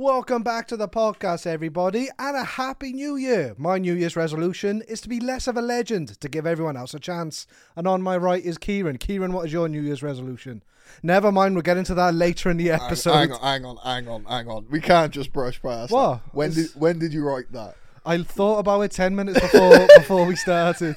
Welcome back to the podcast, everybody, and a happy new year. My new year's resolution is to be less of a legend to give everyone else a chance. And on my right is Kieran. Kieran, what is your new year's resolution? Never mind, we'll get into that later in the Hang, episode. hang on, hang on, hang on, hang on. We can't just brush past. What? That. When It's- did when did you write that? I thought about it 10 minutes before before we started.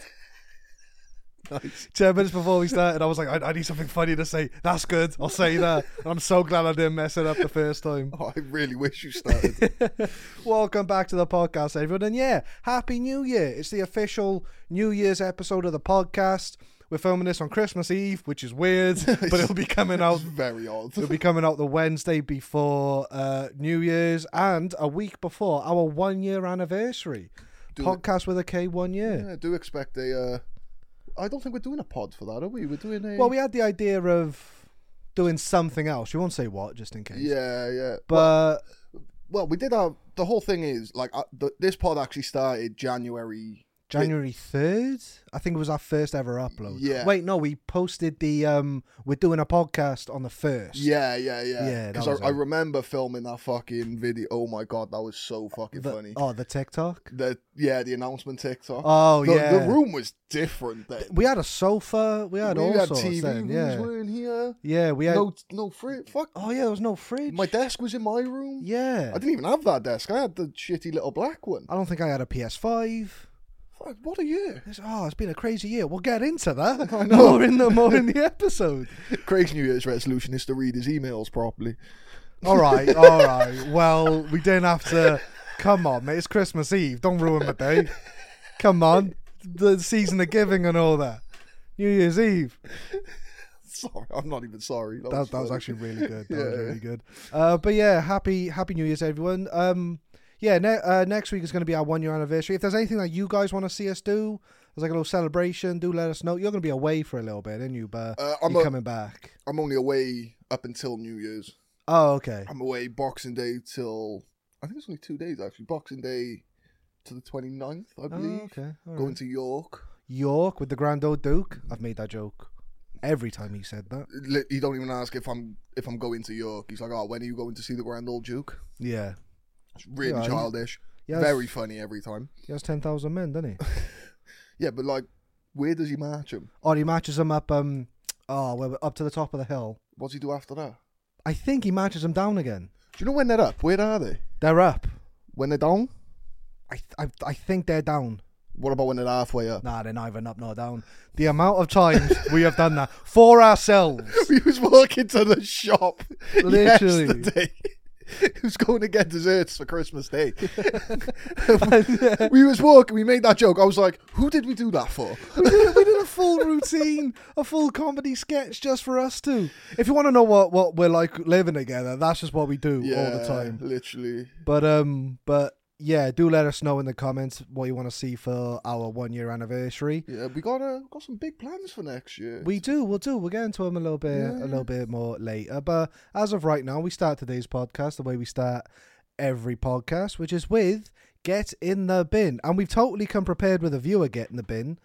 Nice. 10 minutes before we started, I was like, I, I need something funny to say. That's good. I'll say that. And I'm so glad I didn't mess it up the first time. Oh, I really wish you started. Welcome back to the podcast, everyone. And yeah, Happy New Year. It's the official New Year's episode of the podcast. We're filming this on Christmas Eve, which is weird, but it'll be coming out. Very odd. It'll be coming out the Wednesday before uh, New Year's and a week before our one year anniversary. podcast with a K one year. Yeah, I do expect a. Uh, I don't think we're doing a pod for that, are we? We're doing a. Well, we had the idea of doing something else. You won't say what, just in case. yeah, yeah. But Well, we did have the whole thing is like uh, the, this pod actually started January. January third, I think it was our first ever upload. Yeah. Wait, no, we posted the um, we're doing a podcast on the first. Yeah, yeah, yeah. Yeah, that was because I, I it. remember filming that fucking video. Oh my god, that was so fucking The- funny. Oh, the TikTok. the yeah, the announcement TikTok. Oh the, yeah. the room was different. Then. We had a sofa. We had we all had sorts. TV then, rooms yeah. were in here. Yeah, we had. No, no fridge. Fuck. Oh yeah, there was no fridge. My desk was in my room. yeah. I didn't even have that desk. I had the shitty little black one. I don't think I had a PS5. Fuck, what a year. It's, oh, it's been a crazy year. We'll get into that. I know. More in the more in the episode. Craig's New Year's resolution is to read his emails properly. All right, all right. Well, we didn't have to. Come on, mate. It's Christmas Eve. Don't ruin my day. Come on. The season of giving and all that. New Year's Eve. Sorry, I'm not even sorry. That, That, that was funny. actually really good. That was Yeah. really good. Uh, but yeah, happy Happy New Year's, everyone. Um, yeah, ne- uh, next week is going to be our one year anniversary. If there's anything that you guys want to see us do, there's like a little celebration. Do let us know. You're going to be away for a little bit, aren't you? But Uh, I'm you're a- coming back. I'm only away up until New Year's. Oh, okay. I'm away Boxing Day till I think it's only two days actually. Boxing Day to the 29th, I Oh, believe. okay. all right. Going to York. York with the Grand Old Duke. I've made that joke every time he said that. Li- He don't even ask if I'm if I'm going to York. He's like, "Oh, when are you going to see the Grand Old Duke?" Yeah. It's really Yeah, he- childish. He has, Very funny every time. He has 10,000 men, doesn't he? Yeah, but like, where does he march him? or he matches them up, um, oh, well, up to the top of the hill. What does he do after that? I think he matches them down again. Do you know when they're up? Where are they? They're up. When they're down? I, th- I, I think they're down. What about when they're halfway up? Nah, they're not even up nor down. The amount of times we have done that for ourselves. he was walking to the shop Literally. yesterday. he was going to get desserts for Christmas Day. Yeah. we was walking. We made that joke. I was like, "Who did we do that for?" we, did, we did a full routine, a full comedy sketch just for us two. If you want to know what, what we're like living together, that's just what we do all the time. literally. But um, but yeah, do let us know in the comments what you want to see for our one year anniversary. Yeah, we got uh, got some big plans for next year. We do, we'll do. We'll get into them a little bit, Yeah. a little bit more later. But as of right now, we start today's podcast the way we start every podcast, which is with "Get in the Bin," and we've totally come prepared with a viewer "Get in the Bin"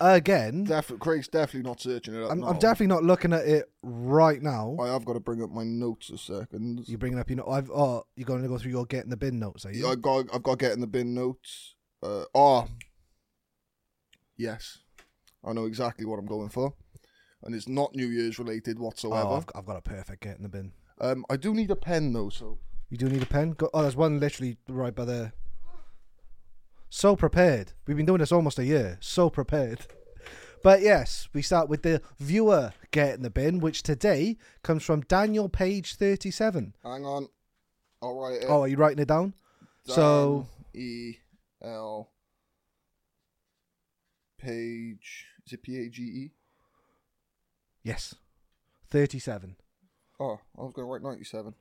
again. Defi- Craig's definitely not searching it up. I'm, now. I'm definitely not looking at it right now. I have got to bring up my notes a second. You're bringing up, you know, I've oh, you're going to go through your "Get in the Bin" notes, are you? Yeah, I got I've got to get in the bin notes. Uh, oh, yes, I know exactly what I'm going for, and it's not New Year's related oh, whatsoever. I've, I've got a perfect "Get in the Bin." um, I do need a pen though, so You do need a pen. Go- oh, there's one literally right by the. So prepared. We've been doing this almost a year. So prepared. But yes, we start with the viewer get in the bin, which today comes from Daniel Page thirty seven. hang on. I'll write it. Oh, are you writing it down? so- E L page is it P A G E? Yes, thirty seven. Oh, I was going to write 97. It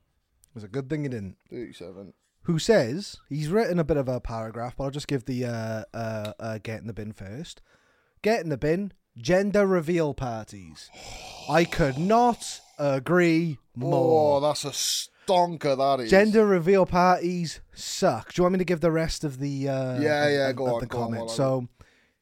was a good thing you didn't. 37. who says he's written a bit of a paragraph, but I'll just give the uh, uh, uh, get in the bin first. Get in the bin, gender reveal parties. I could not agree Oh, more. that's a stonker. That is Gender reveal parties suck. Do you want me to give the rest of the uh, Yeah, of- yeah, of- go of on, the go on, comment? while I so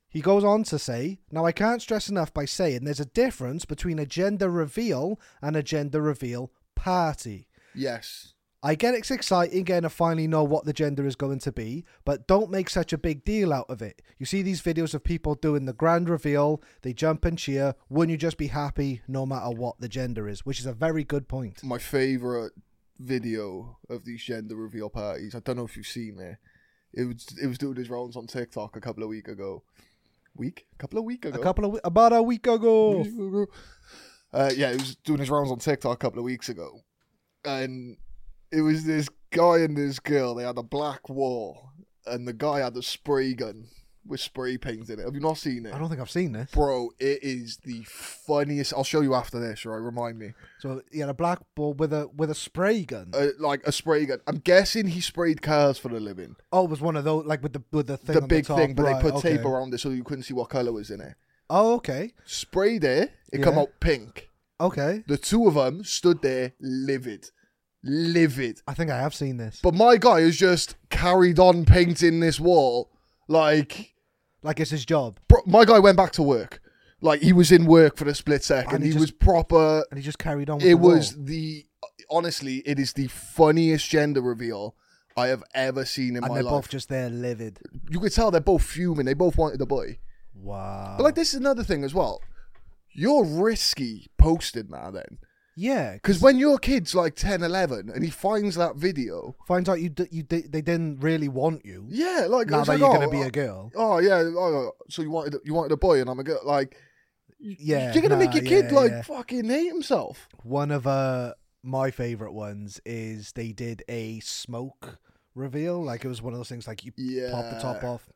he goes on to say, now I can't stress enough by saying there's a difference between a gender reveal and a gender reveal party. Yes. I get it's exciting getting to finally know what the gender is going to be, but don't make such a big deal out of it. You see these videos of people doing the grand reveal, they jump and cheer. Wouldn't you just be happy no matter what the gender is? Which is a very good point. my favorite video of these gender reveal parties. I don't know if you've seen it. It was it was doing his rounds on TikTok a couple of week ago. Week? A couple of week ago. A couple of we- about a week ago, Week ago. Uh, yeah, he was doing his rounds on TikTok a couple of weeks ago, and it was this guy and this girl. They had a black wall, and the guy had a spray gun with spray paint in it. Have you not seen it? I don't think I've seen this. Bro, it is the funniest. I'll show you after this, right? Remind me. So he had a black ball with a with a spray gun. uh, like a spray gun. I'm guessing he sprayed cars for a living. oh, it was one of those like with the with the thing, the on big top, thing, but right, they put okay. tape around it so you couldn't see what color was in it. Oh, okay, Sprayed it, it come Yeah. out pink. okay. The two of them stood there livid, livid. I think I have seen this. But my guy has just carried on painting this wall. Like, like it's his job, bro, my guy went back to work. Like he was in work for a split second. And He, he just- was proper. and he just carried on. With the It wall. was the honestly, it is the funniest gender reveal I have ever seen in and my they're life. both just there livid. you could tell they're both fuming. They both wanted the boy. Wow. But like, this is another thing as well. You're risky posted now then. yeah, Because when your kid's like 10, 11 and he finds that video, finds out you d- you d- they didn't really want you. yeah, like, Now it's that like, you're oh, gonna be a girl. Oh, yeah. Oh, so you wanted you wanted a boy and I'm a girl. Like, y- Yeah, You're going to nah, make your yeah, kid like yeah. fucking hate himself. One of uh my favorite ones is they did a smoke reveal. Like it was one of those things like you Yeah. pop the top off,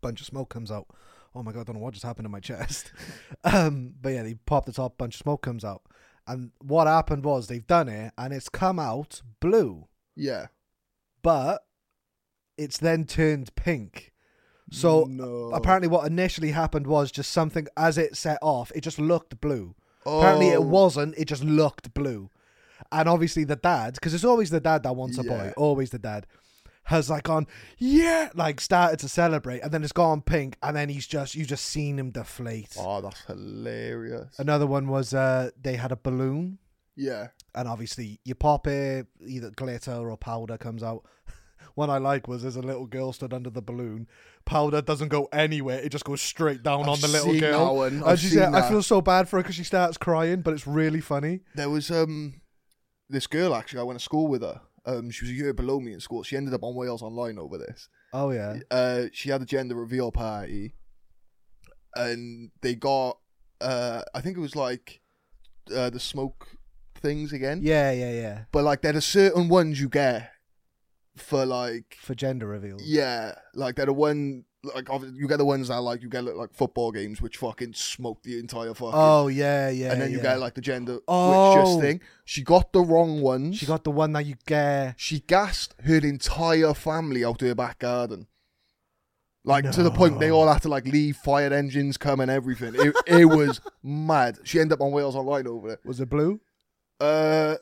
bunch of smoke comes out. Oh my god, I don't know what just happened in my chest. um, but yeah, they pop the top, bunch of smoke comes out. And what happened was they've done it and it's come out blue. Yeah. but it's then turned pink. So No. apparently, what initially happened was just something as it set off, it just looked blue. Apparently, Oh, it wasn't, it just looked blue. And obviously, the dad, because it's always the dad that wants a Yeah. boy, always the dad, has like on, yeah, like started to celebrate, and then it's gone pink, and then he's just, you just seen him deflate. Oh, that's hilarious. Another one was uh, they had a balloon yeah. and obviously you pop it, either glitter or powder comes out. One I like was there's a little girl stood under the balloon. Powder doesn't go anywhere; it just goes straight down I've on the little seen girl. that one. I've And she seen said, "I that." feel so bad for her because she starts crying, but it's really funny." there was um this girl actually I went to school with her. Um, she was a year below me in school. She ended up on Wales Online over this. Oh yeah, Uh, she had a gender reveal party, and they got uh, I think it was like uh, the smoke things again. yeah, yeah, yeah. But like there are certain ones you get for like For gender reveals, yeah, like they're the one like obvi- you get the ones that like you get like football games which fucking smoke the entire fucking. Oh yeah, yeah. and then you yeah. get like the gender which Oh. just thing. She got the wrong ones. she got the one that you get. She gassed her entire family out her back garden. Like to the point they No. all had to like leave fire engines come and everything. It, it was mad. She ended up on Wales Online over it. Was it blue? Uh,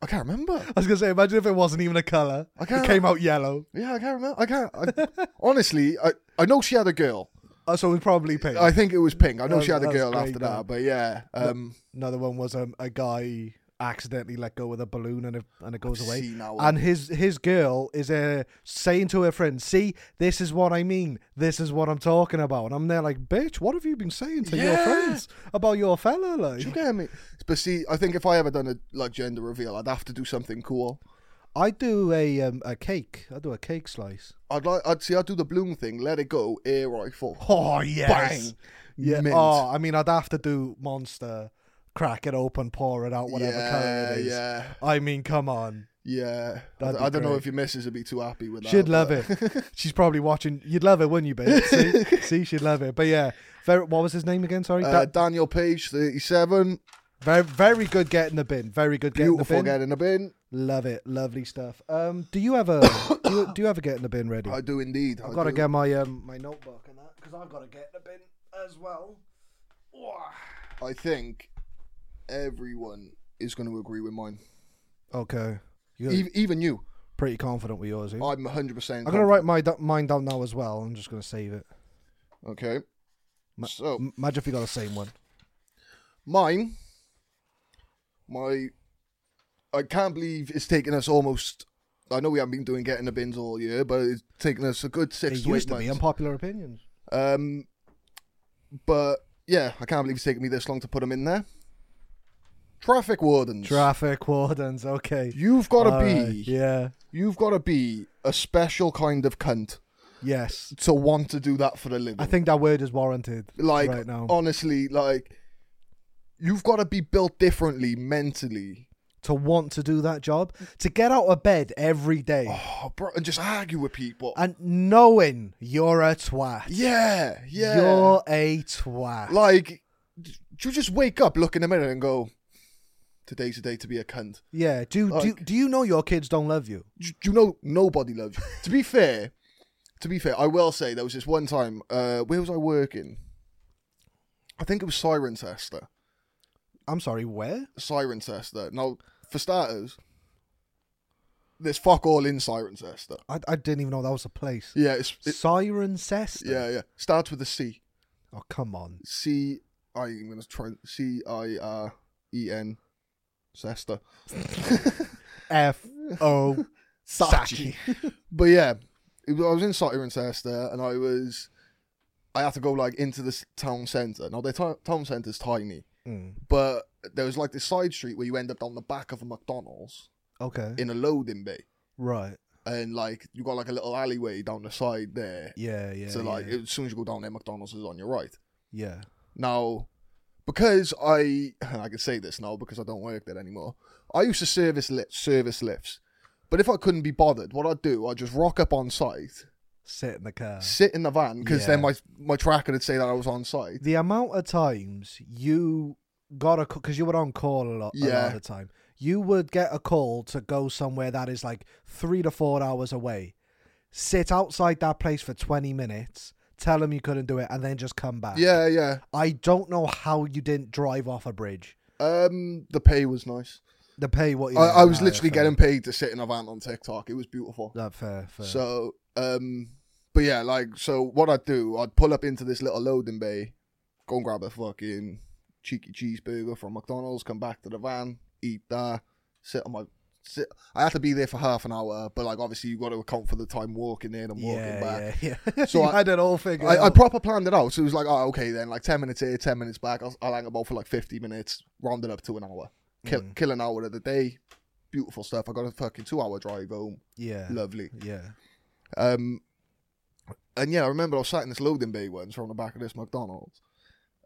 I can't remember. I was gonna say, imagine if it wasn't even a color. I It can't. came out yellow, Yeah, I can't remember. I can't. I, honestly, I I know she had a girl. oh, so it was probably pink. I think it was pink. I know That- she had a that's girl great, after man. that, but yeah. Um, Another one was um, a guy accidentally let go with a balloon and it, and it goes away. see now. and his his girl is uh, saying to her friend, "See, this is what I mean. This is what I'm talking about." And I'm there like, "Bitch, what have you been saying to your Yeah. friends about your fella?" Do you Like, get me? But see, I think if I ever done a like gender reveal, I'd have to do something cool. I do a um, a cake. I do a cake slice. I'd like. I'd see. I'd do the bloom thing. Let it go. Air rifle. Oh yes, Bang. yeah. Mint. Oh, I mean, I'd have to do monster, crack it open, pour it out, whatever color it is. Yeah, I mean, come on. yeah. I, That'd I be don't know great. if your missus would be too happy with that. She'd love but- it. She's probably watching. You'd love it, wouldn't you, babe? See, See she'd love it. But yeah, very, what was his name again? Sorry, Uh, Da- Daniel Page, 37. Very, very good get in the bin. Very good get in the Beautiful bin. get in the bin. Love it. Lovely stuff. Um, do you ever do, you, do you ever get in the bin ready? I do indeed. I've I got to do. get my um, my notebook and that because I've got to get in the bin as well. Wah. I think everyone is going to agree with mine. Okay, you're Even, even you. pretty confident with yours. eh? I'm 100%. I'm gonna write my do- mine down now as well. I'm just gonna save it. Okay. Ma- so, M- Imagine if you got the same one. mine. My I can't believe it's taken us almost. I know we haven't been doing getting the bins all year, but it's taken us a good It six to used eight to be months. unpopular opinions. um, but yeah, I can't believe it's taken me this long to put them in there. Traffic wardens. Traffic wardens. Okay. You've got to be. Alright, Yeah. You've got to be a special kind of cunt Yes. to want to do that for a living. I think that word is warranted. like oh. right now. honestly, like you've got to be built differently mentally. to want to do that job, to get out of bed every day Oh, bro, and just argue with people. and knowing you're a twat. yeah, yeah. You're a twat. like d- you just wake up, look in the mirror, and go, "Today's the day to be a cunt." yeah. Do do like- do you know your kids don't love you? Do do you know nobody loves you? to be fair, to be fair, I will say there was this one time. Uh, where was I working? I think it was Sirencester. I'm sorry, where? Sirencester. Now, for starters, there's fuck all in Sirencester. I, I didn't even know that was a place. Yeah, it's it, Siren Cester. yeah, yeah. Starts with a C. Oh come on. C. I, I'm gonna try C I R E N. Sester. F O Saki. But yeah, it was, I was in Sirencester, and I was. I had to go like into the s- town centre. Now the t- town centre's tiny, Mm, but there was like this side street where you end up down the back of a McDonald's okay. in a loading bay, Right. and like you got like a little alleyway down the side there. Yeah. Yeah. so like yeah. as soon as you go down there, McDonald's is on your right. yeah. Now, because I I can say this now because I don't work there anymore. I used to service li- service lifts, but if I couldn't be bothered, what I'd do, I'd just rock up on site, Sit in the car. sit in the van because then Yeah. my my tracker would say that I was on site. the amount of times you got a because you were on call a lot, a lot Yeah. of the time you would get a call to go somewhere that is like three to four hours away sit outside that place for 20 minutes tell them you couldn't do it and then just come back Yeah, yeah. i don't know how you didn't drive off a bridge Um, the pay was nice. the pay what you I, I was Nah, literally fair. getting paid to sit in a van on TikTok. It was beautiful. that fair, fair. So, um, but yeah, like, so what I'd do, I'd pull up into this little loading bay, go and grab a fucking cheeky cheeseburger from McDonald's, come back to the van, eat that, sit on my. Sit, I had to be there for half an hour, but like, obviously, you've got to account for the time walking in and walking back. yeah, yeah, yeah. So you I- had it all figured I, I out. proper planned it out, so it was like, oh, okay, then like ten minutes here, ten minutes back. I'll, I'll hang about for like fifty minutes, round it up to an hour, kill, kill an hour of the day. Beautiful stuff. I got a fucking two-hour drive home. yeah, Lovely. yeah, Um, and yeah, I remember I was sat in this loading bay once from the back of this McDonald's,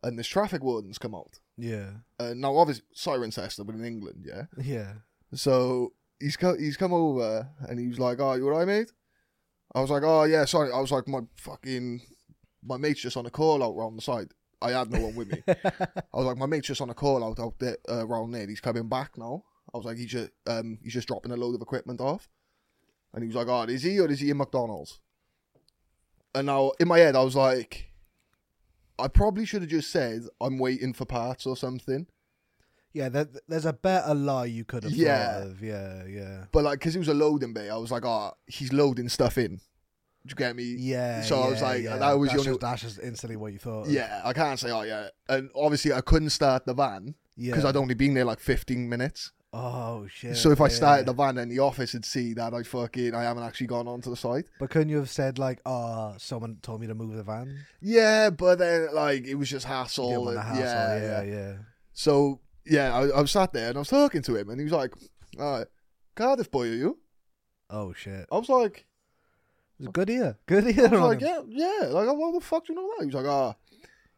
and this traffic warden's come out. yeah, Uh, now, obviously, Sirencester, but in England, yeah. yeah. So he's come, he's come over, and he was like, "Oh, you alright, mate?" I was like, "Oh yeah, sorry." I was like, "My fucking my mate's just on a call out round the side." I had no one with me. I was like, "My mate's just on a call out out there uh, round there. He's coming back now." I was like, "He just um he's just dropping a load of equipment off," and he was like, "Oh, is he or is he in McDonald's?" And now in my head, I was like, "I probably should have just said I'm waiting for parts or something." Yeah, there, there's a better lie you could have Yeah. thought of. Yeah, yeah, But like, because it was a loading bay, I was like, oh, he's loading stuff in. Do you get me? Yeah. So I was yeah, like, yeah. that was the that's only- just, that's just instantly what you thought. of. Yeah, I can't say, oh, yeah. And obviously, I couldn't start the van yeah. because I'd only been there like 15 minutes. Oh shit. so if I yeah. started the van in the office, it'd see that I fucking, I haven't actually gone onto the site. but couldn't you have said like, "Ah, someone told me to move the van." Yeah, but then like, it was just You didn't hassle. want and- the hassle, yeah, yeah, yeah, yeah. So yeah, I, I was sat there and I was talking to him and he was like, uh, Cardiff boy, are you? Oh shit. I was like, It's a good ear. Good I ear. was on like, him. yeah, yeah. Like, oh, what the fuck do you know that? He was like, ah.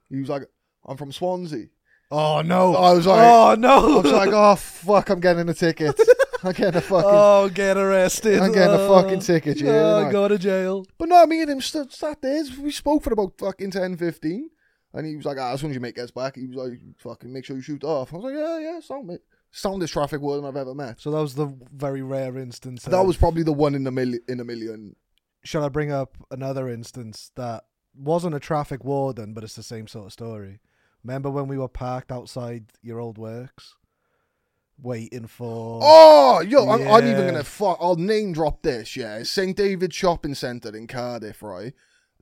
He was like, I'm from Swansea. Oh no. I was like, oh I no. was like, oh fuck, I'm getting a ticket. I'm getting a fucking. oh, get arrested. I'm getting a Oh, fucking ticket, yeah, Oh, like- go to jail. But no, me and him st- sat there. We spoke for about fucking 10, 15. And he was like, ah, as soon as your mate gets back, he was like, fucking make sure you shoot off. I was like, yeah, yeah, sound mate. Soundest traffic warden I've ever met. So that was the very rare instance. That of- was probably the one in a million. In a million. Shall I bring up another instance that wasn't a traffic warden, but it's the same sort of story? Remember when we were parked outside your old works, waiting for? Oh, yo, I'm, I'm even Yeah. gonna fuck. I'll name drop this. Yeah, St David Shopping Centre in Cardiff, right?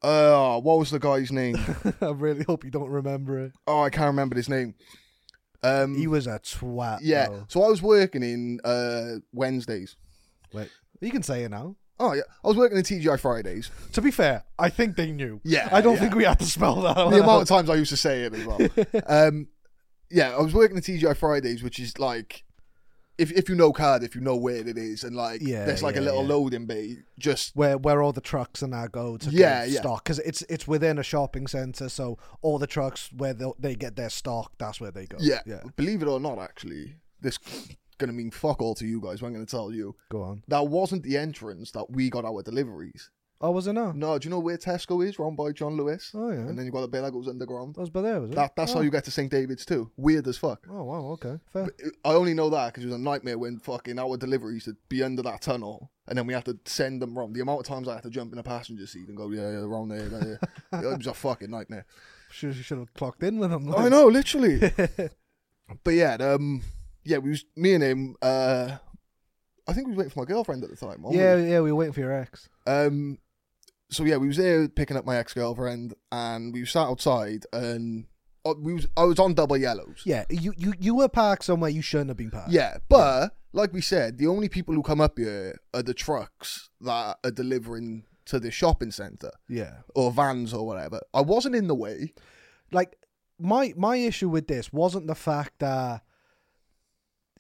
Uh, what was the guy's name? I really hope you don't remember it. oh, I can't remember his name. Um, He was a twat. yeah. though. So I was working in uh, Wednesdays. You can say it now. Oh yeah, I was working in TGI Fridays. To be fair, I think they knew. Yeah, I don't yeah. think we had to spell that out. the amount of times I used to say it as well. um, yeah, I was working at TGI Fridays, which is like, if if you know Cardiff, you know where it is, and like, Yeah, there's like a yeah, little yeah. loading bay just where where all the trucks and that go to Yeah, get yeah. stock because it's it's within a shopping center, so all the trucks where they they get their stock, that's where they go. yeah. yeah. Believe it or not, actually, this gonna mean fuck all to you guys. But I'm gonna tell you Go on. that wasn't the entrance that we got our deliveries. Oh, was it now? No, do you know where Tesco is? Round by John Lewis, Oh yeah, and then you got the bit that goes underground. that was by there, was it? That that's oh. how you get to St David's too. Weird as fuck. Oh wow, okay, fair. I only know that because it was a nightmare when fucking our deliveries would be under that tunnel, and then we had to send them round. The amount of times I had to jump in a passenger seat and go, yeah, yeah, round there, there, there. it was a fucking nightmare. Should should have clocked in with them. I know, literally. Oh but yeah, um, yeah, we was me and him. Uh, I think we was waiting for my girlfriend at the time. weren't we? Yeah, yeah, we were waiting for your ex. Um, so yeah, we was there picking up my ex girlfriend, and we sat outside, and uh, we was I was on double yellows. Yeah, you, you you were parked somewhere you shouldn't have been parked. Yeah, but like we said, the only people who come up here are the trucks that are delivering to the shopping centre yeah. or vans or whatever. I wasn't in the way. Like my my issue with this wasn't the fact that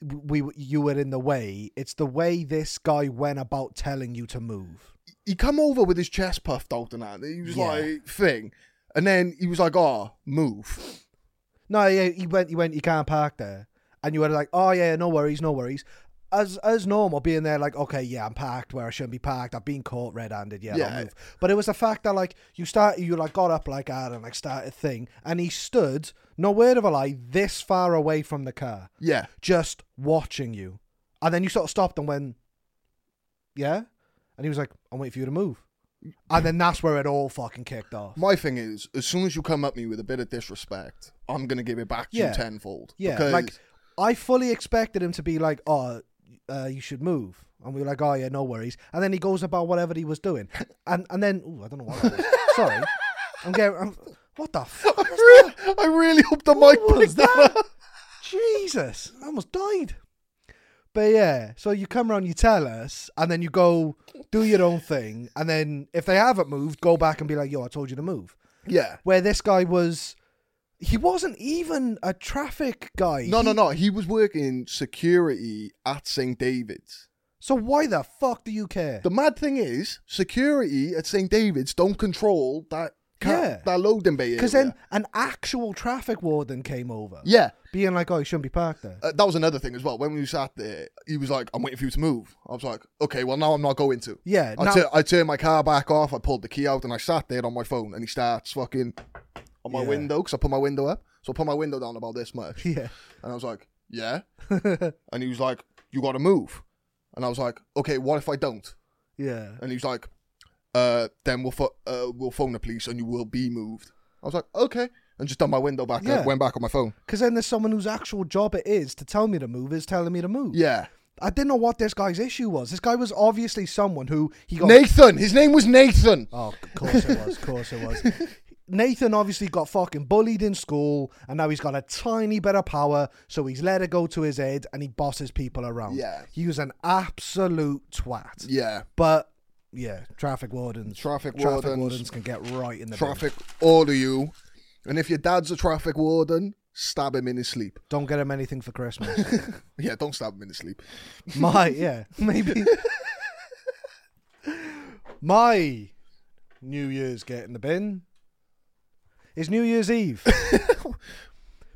we you were in the way. It's the way this guy went about telling you to move. He come over with his chest puffed out and that. He was Yeah. like, thing. And then he was like, oh, move. No, yeah, he went. He went. You can't park there. And you were like, oh yeah, no worries, no worries. As as normal, being there, like, okay, yeah, I'm parked where I shouldn't be parked. I've been caught red-handed. Yeah, Yeah. I'll move. But it was the fact that like you start, you like got up like that and like started thing, and he stood, no word of a lie, this far away from the car, Yeah. just watching you. And then you sort of stopped and went, yeah. And he was like, I'm waiting for you to move. And then that's where it all fucking kicked off. My thing is, as soon as you come at me with a bit of disrespect, I'm going to give it back to Yeah. you tenfold. Yeah, Because like I fully expected him to be like, "Oh, uh, you should move," and we were like, "Oh yeah, no worries." And then he goes about whatever he was doing, and and then ooh, I don't know what. That was. Sorry, I'm getting I'm, what the fuck I, really, I really hope the mic What was was that. that? Jesus, I almost died. But yeah, so you come around, you tell us, and then you go do your own thing, and then if they haven't moved, go back and be like, "Yo, I told you to move." Yeah. Where this guy was, he wasn't even a traffic guy. No, He- no, no. He was working security at St. David's. So why the fuck do you care? The mad thing is, security at St David's don't control that ca- Yeah. that loading bay. Because area. then an actual traffic warden came over, yeah, being like, "Oh, you shouldn't be parked there." uh, that was another thing as well. When we sat there, he was like, "I'm waiting for you to move." I was like, "Okay, well now I'm not going to." yeah, I now- tur- I turned my car back off. I pulled the key out and I sat there on my phone. And he starts fucking on my Yeah. window because I put my window up. So I put my window down about this much. yeah, And I was like, "Yeah," and he was like, "You got to move." And I was like, "Okay, what if I don't?" yeah. and he was like, uh, "Then we'll pho- uh, we'll phone the police and you will be moved." I was like, "Okay," and just done my window back Yeah. up, went back on my phone. Because then there's someone whose actual job it is to tell me to move is telling me to move. Yeah, I didn't know what this guy's issue was. This guy was obviously someone who he got. Nathan. His name was Nathan. oh, of course it was. Of course it was. Nathan obviously got fucking bullied in school, and now he's got a tiny bit of power, so he's let it go to his head, and he bosses people around. Yeah. he was an absolute twat. Yeah, But yeah, traffic wardens. Traffic wardens. wardens can get right in the traffic. traffic order you, and if your dad's a traffic warden, stab him in his sleep. Don't get him anything for Christmas. Yeah, don't stab him in his sleep. My yeah, maybe. My New Year's get in the bin is New Year's Eve.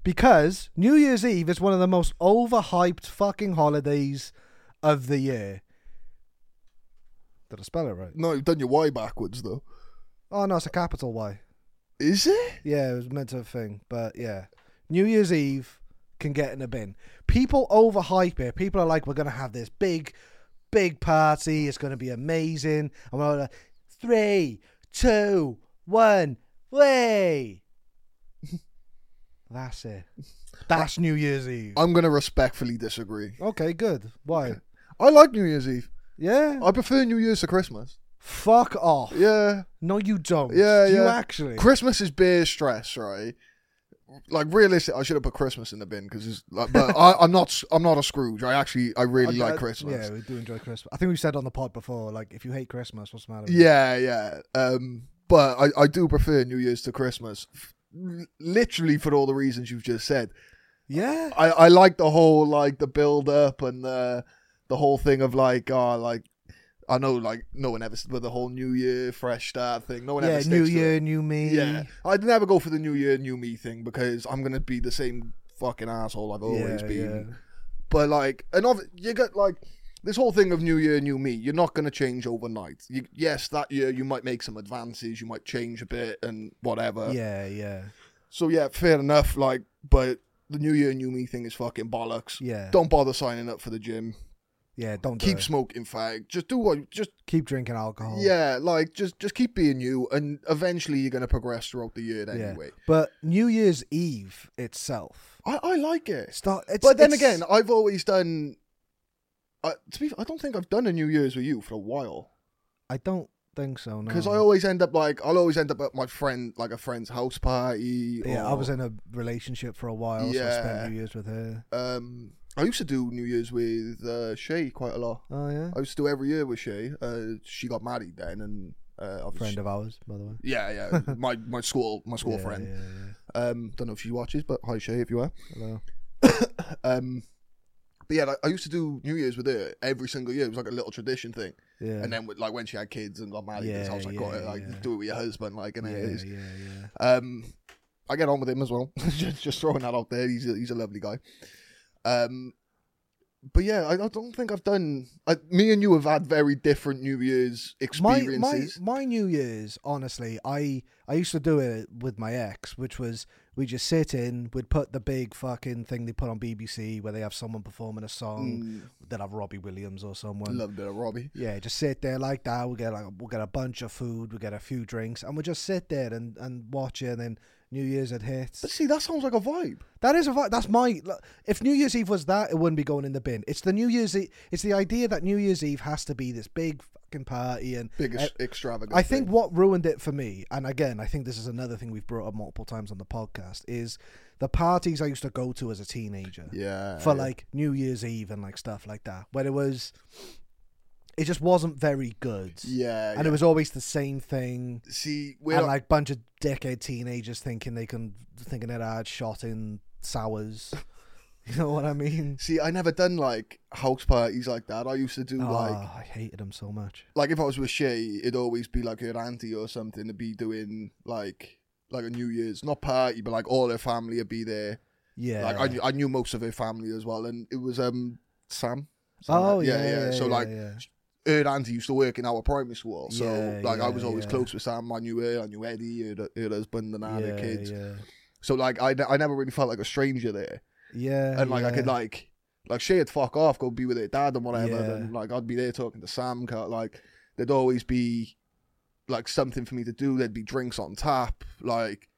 because New Year's Eve is one of the most overhyped fucking holidays of the year. Did I spell it right? No, you've done your Y backwards though. Oh no, it's a capital Y. Is it? Yeah, it was meant to have thing, but yeah, New Year's Eve can get in a bin. People overhype it. People are like, "We're gonna have this big, big party. It's gonna be amazing." And we're like, three, two, one, way. That's it. That's New Year's Eve. I'm gonna respectfully disagree. Okay, good. Why? I like New Year's Eve. Yeah. I prefer New Year's to Christmas. Fuck off. Yeah. No, you don't. Yeah, You yeah. actually. Christmas is beer stress, right? like realistic. I should have put Christmas in the bin because, like, but I, I'm not. s- I'm not a Scrooge. I actually, I really I- I- like Christmas. Yeah, we do enjoy Christmas. I think we've said on the pod before, like if you hate Christmas, what's the matter? with you? Yeah, yeah. Um, but I, I do prefer New Year's to Christmas, f- literally for all the reasons you've just said. yeah. I, I like the whole like the build up and the the whole thing of like oh like I know like no one ever but the whole New Year fresh start thing. No one yeah, ever sticks new to year, It. new me. Yeah, I'd never go for the New Year New Me thing because I'm gonna be the same fucking asshole I've always yeah, been. But like, and of you got like this whole thing of New Year, New Me. You're not going to change overnight. You, yes, that year you might make some advances, you might change a bit and whatever. yeah, yeah, yeah, So yeah, fair enough. Like, but the New Year, New Me thing is fucking bollocks. yeah. Don't bother signing up for the gym. yeah, don't do Keep it. smoking fag. Just do what. Just keep drinking alcohol. yeah, like just just keep being you, and eventually you're gonna progress throughout the year Yeah. anyway. But New Year's Eve itself, I I like it. start. It's, but then it's- again, I've always done. I to be, I don't think I've done a New Year's with you for a while. I don't think so. because no. I always end up like I'll always end up at my friend like a friend's house party. yeah, I or, was in a relationship for a while, so I oh. Yeah. spent New Year's with her. Um, I used to do New Year's with uh, Shay quite a lot. Oh yeah, I used to do every year with Shay. Uh, she got married then, and uh, obviously- friend of ours, by the way. Yeah, yeah, my my school my school Yeah, friend. yeah, yeah. Um, don't know if she watches, but hi Shay if you are. Hello. Um, but yeah, like, I used to do New Year's with her every single year. It was like a little tradition thing. Yeah. And then with, like when she had kids and got married, Yeah, I was like, got yeah, it, like yeah. do it with your husband, like, and yeah, it is. yeah, yeah. Um, I get on with him as well. just, just throwing that out there. He's a, he's a lovely guy. Um, but yeah, I, I don't think I've done. I, me and you have had very different New Year's my my experiences. my New Year's, honestly, I I used to do it with my ex, which was we just sit in, we'd put the big fucking thing they put on BBC where they have someone performing a song, Mm, they'll have Robbie Williams or someone. love bit of Robbie. Yeah, just sit there like that. We'll get like we'll get a bunch of food, we'll get a few drinks, and we'll just sit there and, and watch it and then New Year's had hit. But see, that sounds like a vibe. That is a vi- that's my look, if New Year's Eve was that, it wouldn't be going in the bin. It's the New Year's e- it's the idea that New Year's Eve has to be this big fucking party and Biggest extravagant. I think thing. what ruined it for me, and again, I think this is another thing we've brought up multiple times on the podcast, is the parties I used to go to as a teenager Yeah. for yeah. like New Year's Eve and like stuff like that, where it was, it just wasn't very good, Yeah. and it was always the same thing, yeah. see, we're and like bunch of dickhead teenagers thinking they can thinking they're hard shot in sours, you know what I mean? see. I never done like house parties like that. I used to do Oh, like I hated them so much. like if I was with Shay, it'd always be like her auntie or something to be doing like like a New Year's not party, but like all her family would be there. Yeah, Like I, knew- I knew most of her family as well, and it was um Sam. Sam, oh yeah, yeah, So yeah, like yeah. her auntie used to work in our primary school, so Yeah, like I yeah, was always yeah. close with Sam. I knew her, I knew Eddie, her, her husband, and all her yeah, kids. yeah, So like I, I never really felt like a stranger there, yeah, and like I could Uh, yeah. like like she'd fuck off, go be with her dad and whatever, Yeah. and like I'd be there talking to Sam. ca- Like there'd always be like something for me to do. There'd be drinks on tap. Like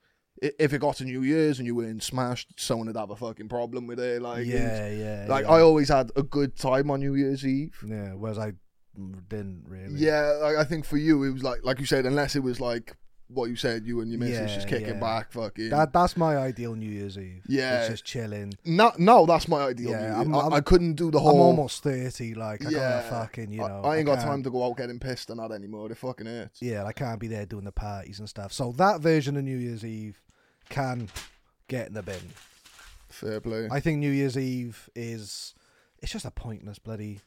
i- if it got to New Year's and you weren't smashed, someone would have a fucking problem with it. Like it was- yeah, yeah. like yeah. I always had a good time on New Year's Eve. yeah. Whereas I mm, didn't really. Yeah, like I think for you it was like like you said, unless it was like what you said, you and your missus Yeah, just kicking yeah. back, fucking. That that's my ideal New Year's Eve. Yeah. it's just chilling. no, no, that's my ideal. Yeah, New Year. I'm- I, I'm- I couldn't do the whole. I'm almost thirty. Like I gotta Yeah. fucking you I- know. I, ain't got time can't- to go out getting pissed and that anymore. It fucking hurts. Yeah, I can't be there doing the parties and stuff. So that version of New Year's Eve can get in the bin. Fair play. I think New Year's Eve is it's just a pointless bloody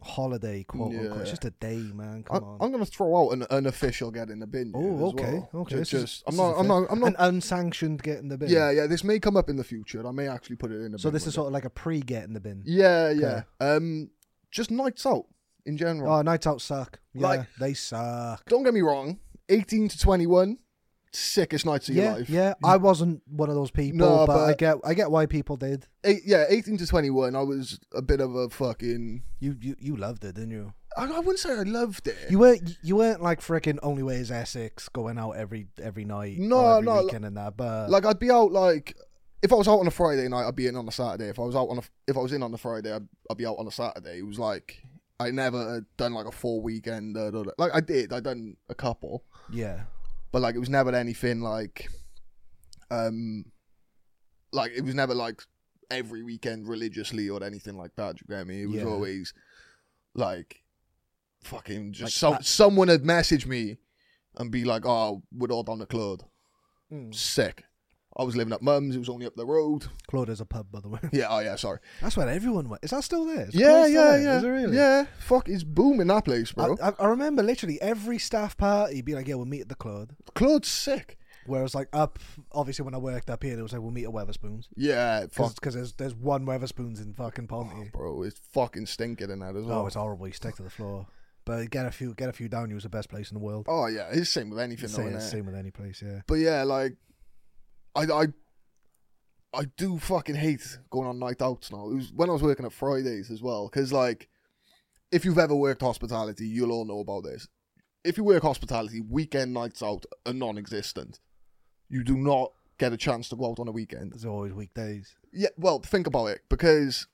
holiday, quote unquote. It's Yeah. just a day, man. I, Come on. am gonna throw out an unofficial get in the bin. Oh, here as okay, well. okay, Ju- this Just, is- I'm this is not. I'm not. I'm not. An unsanctioned get in the bin. yeah, yeah. This may come up in the future. I may actually put it in. A So bin this one is sort of like a pre get in the bin. day. Yeah, yeah. Um, just nights out in general. Oh, nights out suck. Yeah, Like- they suck. Don't get me wrong. 18 to 21, sickest nights of yeah, your life. yeah. I wasn't one of those people, No, but, I but- get I get why people did. Eight, yeah, 18 to 21. I was a bit of a fucking. You you, you loved it, didn't you? I, I wouldn't say I loved it. You weren't you weren't like freaking only way is Essex going out every every night. No, or every no, weekend and that. But Like I'd be out like if I was out on a Friday night, I'd be in on a Saturday. If I was out on a if I was in on a Friday, I'd, I'd be out on a Saturday. It was like I never had done like a full weekend. uh, da- da- Like I did, I done a couple, yeah, but like it was never anything like um like it was never like every weekend religiously or anything like that. Do you get me? It was Yeah. always like fucking just Like so, that- someone had messaged me and be like, "Oh, we're all down the Claude. Mm. Sick." I was living at mum's. It was only up the road. Claude is a pub, by the way. Yeah. Oh yeah. Sorry. That's where everyone went. Is that still there? Is yeah. Claude still Yeah. there? Yeah. Is it really? Yeah. Fuck, it's booming that place, bro. I, I, I remember literally every staff party being like, "Yeah, we'll meet at the Claude." Claude's sick. Whereas like up, obviously when I worked up here, it was like, "We'll meet at Weatherspoons," Yeah. Fuck, because there's there's one Weatherspoons in fucking Ponty. bro. It's fucking stinking in that as well. Oh, it's horrible. You stick to the floor. But get a few, get a few down. You was the best place in the world. Oh yeah, it's same with anything. though, Say innit? it's same with any place, yeah. But yeah, like I I I do fucking hate going on night outs now. It was when I was working at Fridays as well, because like if you've ever worked hospitality, you'll all know about this. If you work hospitality, weekend nights out are non-existent. You do not get a chance to go out on a weekend. There's always weekdays. Yeah, well, think about it because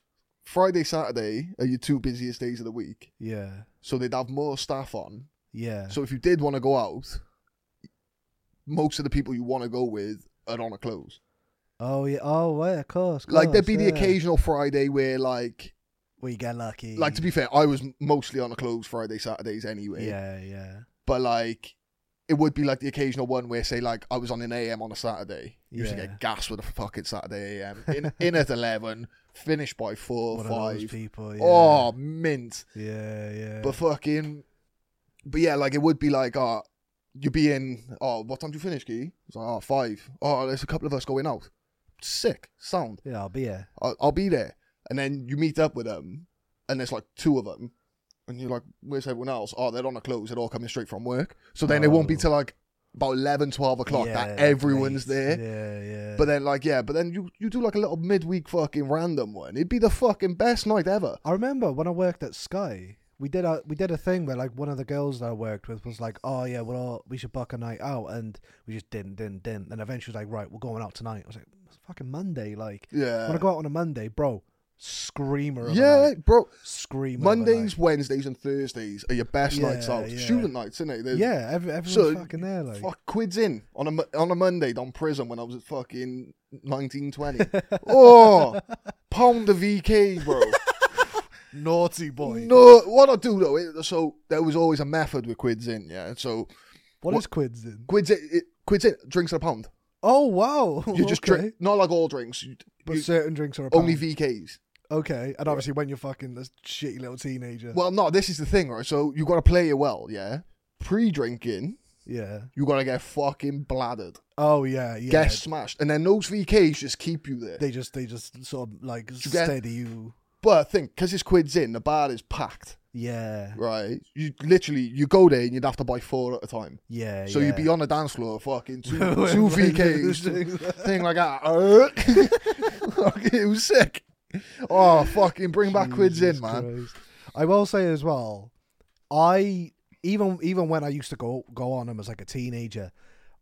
Friday, Saturday are your two busiest days of the week, Yeah, so they'd have more staff on. yeah. So if you did want to go out, most of the people you want to go with are on a close. oh yeah. Oh right, of course. Like there'd be the course, yeah. occasional Friday where like where you get lucky. like to be fair, I was mostly on a close Friday Saturdays anyway. Yeah, yeah, But like it would be like the occasional one where say like I was on an AM on a Saturday. You used to Yeah. get gas with a fucking Saturday AM. In, in at eleven, finish by four, One of those five. people. Yeah. Oh mint. yeah, yeah. But fucking, but yeah, like it would be like, uh, you'd be in, oh, what time do you finish, Key? It's like, oh, five. Oh, there's a couple of us going out. Sick, sound. yeah, I'll be here. I'll, I'll be there. And then you meet up with them, and there's like two of them, and you're like, where's everyone else? Oh, they're on a close. They're all coming straight from work. So then it won't be Oh. till like about 11, 12 o'clock Yeah, that that's everyone's late. there. Yeah, yeah. But then, like, yeah, but then you, you do like a little midweek fucking random one. It'd be the fucking best night ever. I remember when I worked at Sky, we did a we did a thing where like one of the girls that I worked with was like, "Oh yeah, we're all we should book a night out," and we just didn't, didn't, didn't. And eventually, she was like, "Right, we're going out tonight." I was like, "It's fucking Monday, like." Yeah. When I go out on a Monday, bro, screamer. Of a yeah, night. bro. screamer. of a Mondays, Wednesdays, and Thursdays are your best Yeah, nights out. yeah. Student nights, isn't it? night. yeah, every, everyone's So, fucking there. Like, Fuck, quids in on a Mo- on a Monday down prison when I was at fucking nineteen twenty. oh, pound the VK, bro. naughty boy. no, what I do though, it, so there was always a method with quids in. Yeah, so What Wha- is quids in? quids in, it, quids in drinks at a pound. Oh wow, You just okay. drink, not like all drinks, you, But you- certain drinks are a only pound. VKs. okay, and obviously when you're fucking this shitty little teenager. Well, no, this is the thing, right? So you got to play it well. Yeah, pre-drinking, yeah. you got to get fucking bladdered. Oh yeah. Yeah. get smashed. And then those VKs just keep you there. They just they just sort of like get- steady you. But think, because it's quids in, the bar is packed, Yeah. right? You literally, you go there and you'd have to buy four at a time. Yeah. So yeah. you'd be on the dance floor, fucking two, two Everyone's VKs, doing two- thing like that. Fuck, it was sick. Oh, fucking bring back quids in, Jesus man. Christ. I will say as well, I even even when I used to go go on them as like a teenager,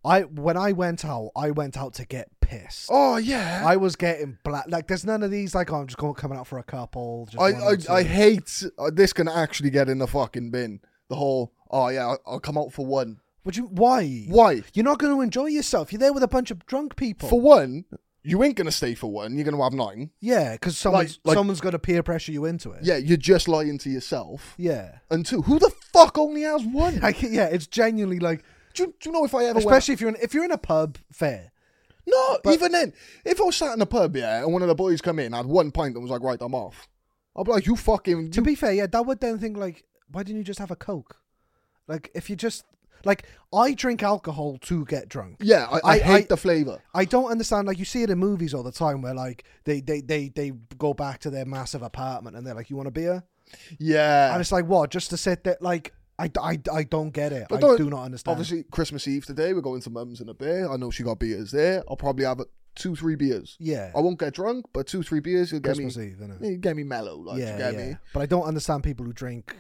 I when I went out, I went out to get pissed. Oh, yeah. I was getting black. Like, there's none of these. Like, oh, I'm just going coming out for a couple. Just I, one I, or I, two. hate uh, this can actually get in the fucking bin. The whole, oh, yeah, I'll, I'll come out for one. Would you? Why? Why? You're not going to enjoy yourself. You're there with a bunch of drunk people. For one, you ain't going to stay for one. You're going to have nine. yeah, because someone's like- someone's got to peer pressure you into it. Yeah, you're just lying to yourself. Yeah. And two, who the fuck only has one? Like, yeah, it's genuinely like, do, you, do you know if I ever went? especially if you're in, if you're in a pub, fair. No, even then, if I was sat in a pub, yeah, and one of the boys come in, had one pint and was like, "Right, I'm off." I'd be like, "You fucking." To be fair, yeah, that would then think like, why didn't you just have a coke? Like, if you just like, I drink alcohol to get drunk. yeah, I, I, I- hate I- the flavor. I don't understand. Like you see it in movies all the time, where like they they they they go back to their massive apartment and they're like, "You want a beer?" Yeah, And it's like, what? Just to sit there? Like, I, I, I don't get it. I don't- do not understand. obviously Christmas Eve today, we're going to Mum's in a beer. I know she got beers there. I'll probably have uh, two, three beers. yeah, I won't get drunk, but two, three beers. You'll get Christmas me. Eve, innit? You get me mellow, like you Yeah, get yeah. me. But I don't understand people who drink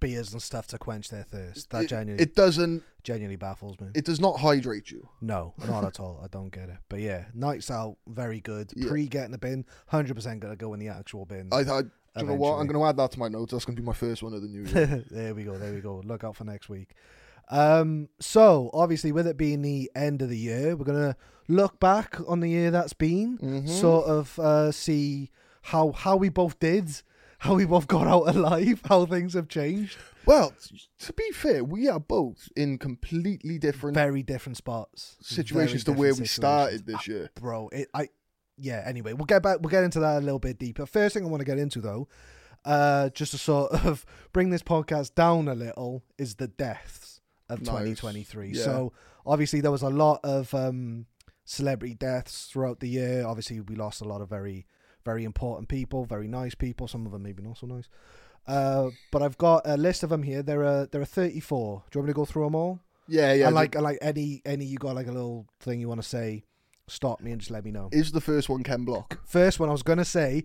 beers and stuff to quench their thirst. That It- genuinely, it doesn't. genuinely baffles me. It does not hydrate you. No, not at all. I don't get it. But yeah, nights out, very good. Yeah. Pre getting the bin, hundred percent gonna go in the actual bin. I, I do you know what? I'm Eventually. going to add that to my notes. That's going to be my first one of the new year. there we go. There we go. Look out for next week. Um, so obviously, with it being the end of the year, we're gonna look back on the year that's been, Mm-hmm. sort of uh, see how how we both did, how we both got out alive, how things have changed. Well, t- to be fair, we are both in completely different Very different spots, situations to Very where different we situations. started this year. bro. It, I, yeah. Anyway, we'll get back. We'll get into that a little bit deeper. First thing I want to get into though, uh, just to sort of bring this podcast down a little, is the deaths of Nice. 2023. Yeah. So obviously there was a lot of um, celebrity deaths throughout the year. Obviously we lost a lot of very, very important people, very nice people. Some of them maybe not so nice. Uh, but I've got a list of them here. There are there are 34. Do you want me to go through them all? Yeah, yeah. and the- like uh, and like any any you got like a little thing you want to say, stop me and just let me know. is the first one Ken Block? First one I was gonna say,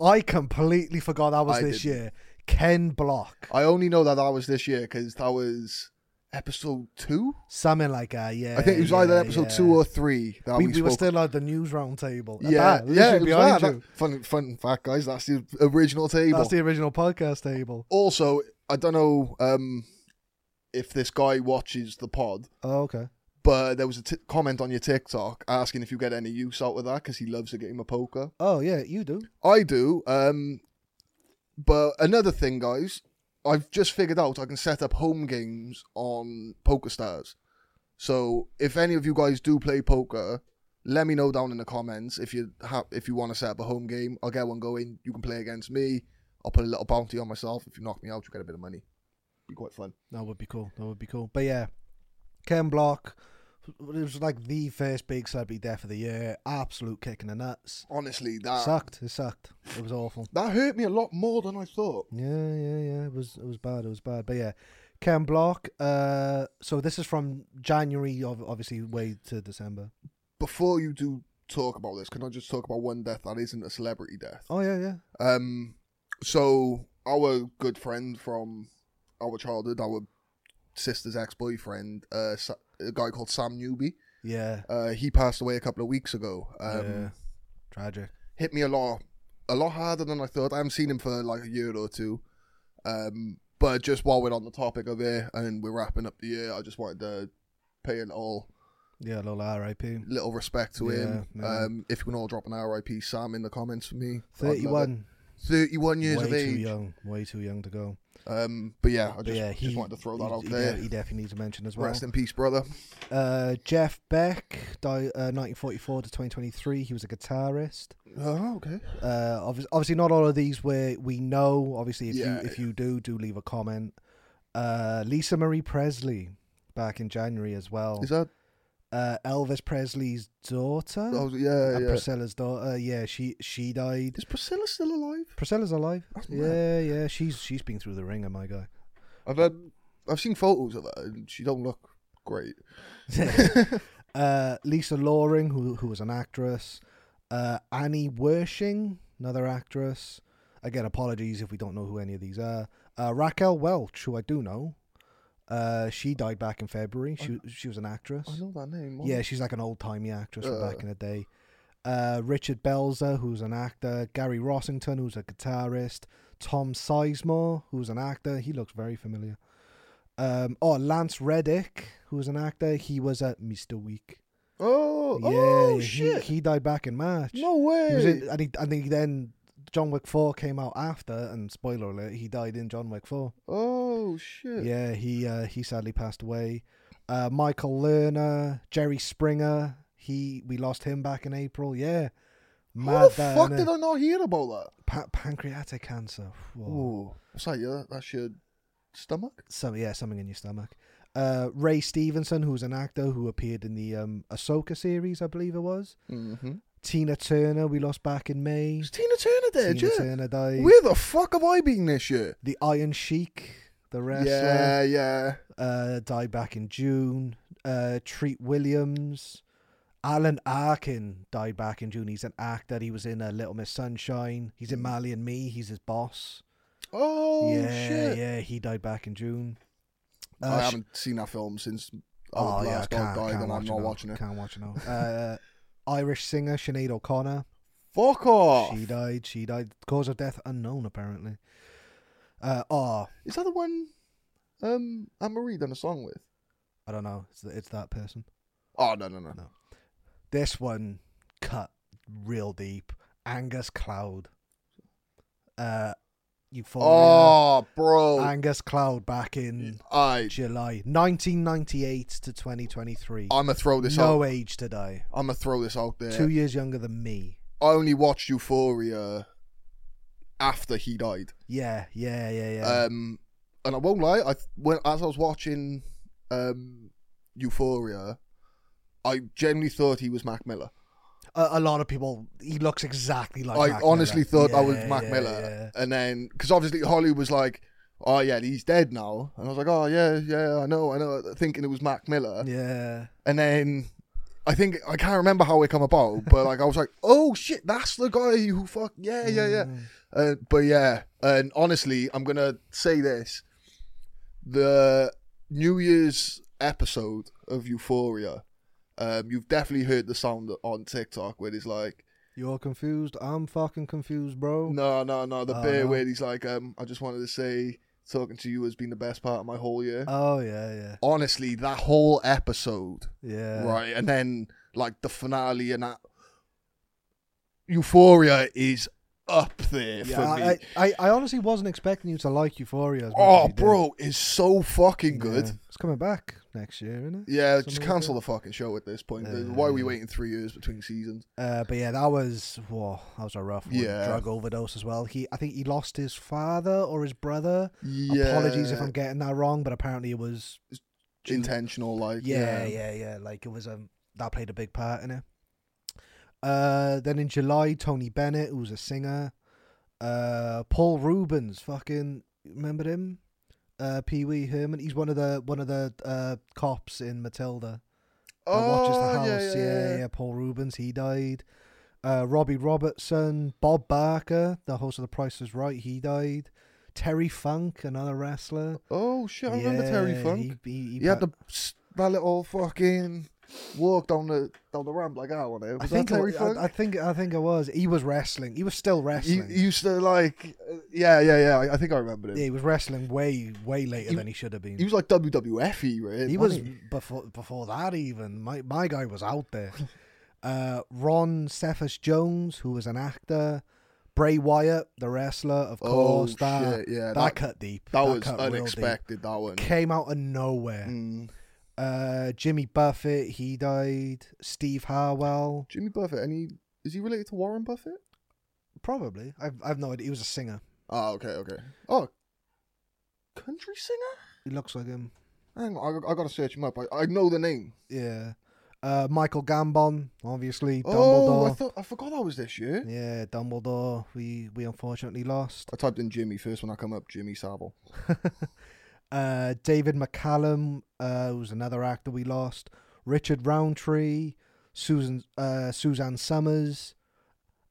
I completely forgot that was I this didn't. year. Ken Block, I only know that that was this year because that was episode two. something like that. Yeah, I think it was yeah, either episode yeah. two or three that we, we, we spoke. were still at the news round table. at yeah, that, yeah. literally It was behind that, that- you. Fun, fun fact, guys. That's the original table. That's the original podcast table. Also, I don't know um, if this guy watches the pod, Oh, okay. but there was a t- comment on your TikTok asking if you get any use out of that because he loves a game of poker. Oh yeah, you do. I do. Um, but another thing, guys, I've just figured out I can set up home games on PokerStars. So if any of you guys do play poker, let me know down in the comments if you ha- if you want to set up a home game. I'll get one going. You can play against me. I'll put a little bounty on myself. If you knock me out, you get a bit of money. Be quite fun. That would be cool. That would be cool. But yeah, Ken Block. It was like the first big celebrity death of the year. Absolute kick in the nuts. Honestly, that Sucked. It sucked. It was awful. that hurt me a lot more than I thought. Yeah, yeah, yeah. It was it was bad. It was bad. But yeah, Ken Block. Uh, so this is from January, ob- obviously, way to December. Before you do talk about this, can I just talk about one death that isn't a celebrity death? Oh yeah, yeah. Um, so our good friend from our childhood, our sister's ex-boyfriend, uh, Sa- a guy called Sam Newby, Yeah. uh, he passed away a couple of weeks ago. Um, yeah. Tragic. hit me a lot, a lot harder than I thought. I haven't seen him for like a year or two. Um, but just while we're on the topic of it and we're wrapping up the year, I just wanted to pay an all Yeah, little R.I.P. little respect to him. Yeah, yeah. Um, if you can all drop an R.I.P. Sam in the comments for me, I'd love it. Thirty-one. 31 years way of too age. young. Way too young to go. Um, but yeah, I But just, yeah, just wanted to throw that he- out he there. de- He definitely needs a mention as well. Rest in peace, brother. Uh, Jeff Beck died uh, 1944 to 2023. He was a guitarist. Oh, okay. Uh, obviously, obviously not all of these where we know. Obviously, if Yeah. you if you do, do leave a comment. Uh, Lisa Marie Presley back in January as well. Is that? Uh, Elvis Presley's daughter Oh, yeah, and yeah. Priscilla's daughter. Yeah, she she died. Is Priscilla still alive? Priscilla's alive. That's mad. Yeah, yeah. She's she's been through the ringer, my guy. I've had, I've seen photos of her, and she don't look great. uh, Lisa Loring, who who was an actress. Uh, Annie Wershing, another actress. Again, apologies if we don't know who any of these are. Uh, Raquel Welch, who I do know. Uh, she died back in February. She she was an actress. I know that name. what- Yeah, she's like an old timey actress from Uh. back in the day. Uh, Richard Belzer, who's an actor. Gary Rossington, who's a guitarist. Tom Sizemore, who's an actor. He looks very familiar. Um, oh, Lance Reddick, who was an actor. He was at Mr. Week. Oh, yeah, oh he, shit! he died back in March. no way. He was in, and, he, and he then John Wick 4 came out after, and spoiler alert, he died in John Wick 4. oh shit. Yeah, he uh, he sadly passed away. Uh, Michael Lerner, Jerry Springer, he we lost him back in April. Yeah, How the that, fuck innit? did I not hear about that? Pa- pancreatic cancer. Whoa. Ooh, what's that? Yeah, that's your stomach. Some yeah, something in your stomach. Uh, Ray Stevenson, who's an actor who appeared in the um, Ahsoka series, I believe it was. Mm-hmm. Tina Turner, we lost back in May. Is Tina Turner dead? Tina yeah. Turner died. Where the fuck have I been this year? The Iron Sheik, the wrestler, Yeah, yeah. uh, died back in June. Uh, Treat Williams, Alan Arkin died back in June. He's an actor. He was in uh, Little Miss Sunshine. He's in Marley and Me. He's his boss. Oh yeah, shit. yeah. He died back in June. Uh, I sh- haven't seen that film since oh, yeah, Last Dog Died, and I'm watch not now. watching it. Can't watch it now. Uh, Irish singer Sinead O'Connor. Fuck off! She died. She died. Cause of death unknown, apparently. Uh, oh, Is that the one um, Anne Marie done a song with? I don't know. It's, it's that person. Oh no no no. No. This one cut real deep. Angus Cloud. Uh, Euphoria. Oh bro, Angus Cloud back in I July 1998 to 2023. I'm gonna throw this out. no age to die. I'm gonna throw this out there. Two years younger than me. I only watched Euphoria after he died. Yeah, yeah, yeah, yeah. Um, and I won't lie, I th- when as I was watching um, Euphoria, I genuinely thought he was Mac Miller. a, a lot of people. He looks exactly like. I Mac honestly Oh, Miller. thought I was Yeah, Mac yeah, Miller, and then because obviously Holly was like, "Oh yeah, he's dead now," and I was like, "Oh yeah, yeah, I know, I know," thinking it was Mac Miller, Yeah. yeah. and then. I think I can't remember how it come about, but like I was like, "Oh shit, that's the guy who fuck yeah, yeah, yeah." Mm. Uh, but yeah, and honestly, I'm gonna say this: the New Year's episode of Euphoria, um, you've definitely heard the sound on TikTok where he's like, You're confused. I'm fucking confused, bro. "No, no, no," the Oh, bit no. where he's like, um, "I just wanted to say, talking to you has been the best part of my whole year." Oh yeah, yeah, honestly, that whole episode, yeah. right, and then like the finale and that. Euphoria is up there Yeah, for me. I, I, I honestly wasn't expecting you to like Euphoria. As much as Oh, you did. bro, it's so fucking good. Yeah. It's coming back next year, isn't it? Yeah, just Something like cancel the fucking show at this point. Yeah, Why are we yeah. waiting three years between seasons? Uh, but yeah, that was whoa, that was a rough one. Yeah. Drug overdose as well. He, I think he lost his father or his brother. Yeah, Apologies if I'm getting that wrong, but apparently it was. intentional. Like, Yeah, yeah, yeah. Like it was um that played a big part in it. Uh, then in July, Tony Bennett, who was a singer, uh, Paul Rubens, fucking remember him, uh, Pee Wee Herman. He's one of the one of the uh cops in Matilda. that watches the Oh, house. yeah, yeah, yeah. Paul Rubens, he died. Uh, Robbie Robertson, Bob Barker, the host of The Price Is Right, he died. Terry Funk, another wrestler. Oh shit, I remember Terry Yeah, Funk. He, he, he He had pa- the that little fucking walk down the down the ramp like that on it. Was I think that I, Terry I, Funk? I think I think I was. He was wrestling. He was still he, wrestling. he used to like, uh, yeah, yeah, yeah. I, I think I remember him. yeah, he was wrestling way way later He- than he should have been. He He, was like WWF era. was wasn't before before that even. My my guy was out there. Uh, Ron Cephas Jones, who was an actor, Bray Wyatt, the wrestler, of Oh, course. that shit, yeah, that, that- cut deep. that was cut real deep. unexpected. That one. Came out of nowhere. Mm. Uh, Jimmy Buffett, he died. Steve Harwell, Jimmy Buffett. Any is he related to Warren Buffett? probably. I've I've no idea. He was a singer. Oh, okay, okay. Oh, country singer? He looks like him. Hang on, I, I gotta search him up. I, I know the name. Yeah. Uh, Michael Gambon, obviously. Oh, I Dumbledore. thought I forgot that was this year. yeah, Dumbledore. We we unfortunately lost. I typed in Jimmy first when I come up. Jimmy Savile. Uh, David McCallum, uh, who's another actor we lost. Richard Roundtree, Susan uh, Suzanne Summers.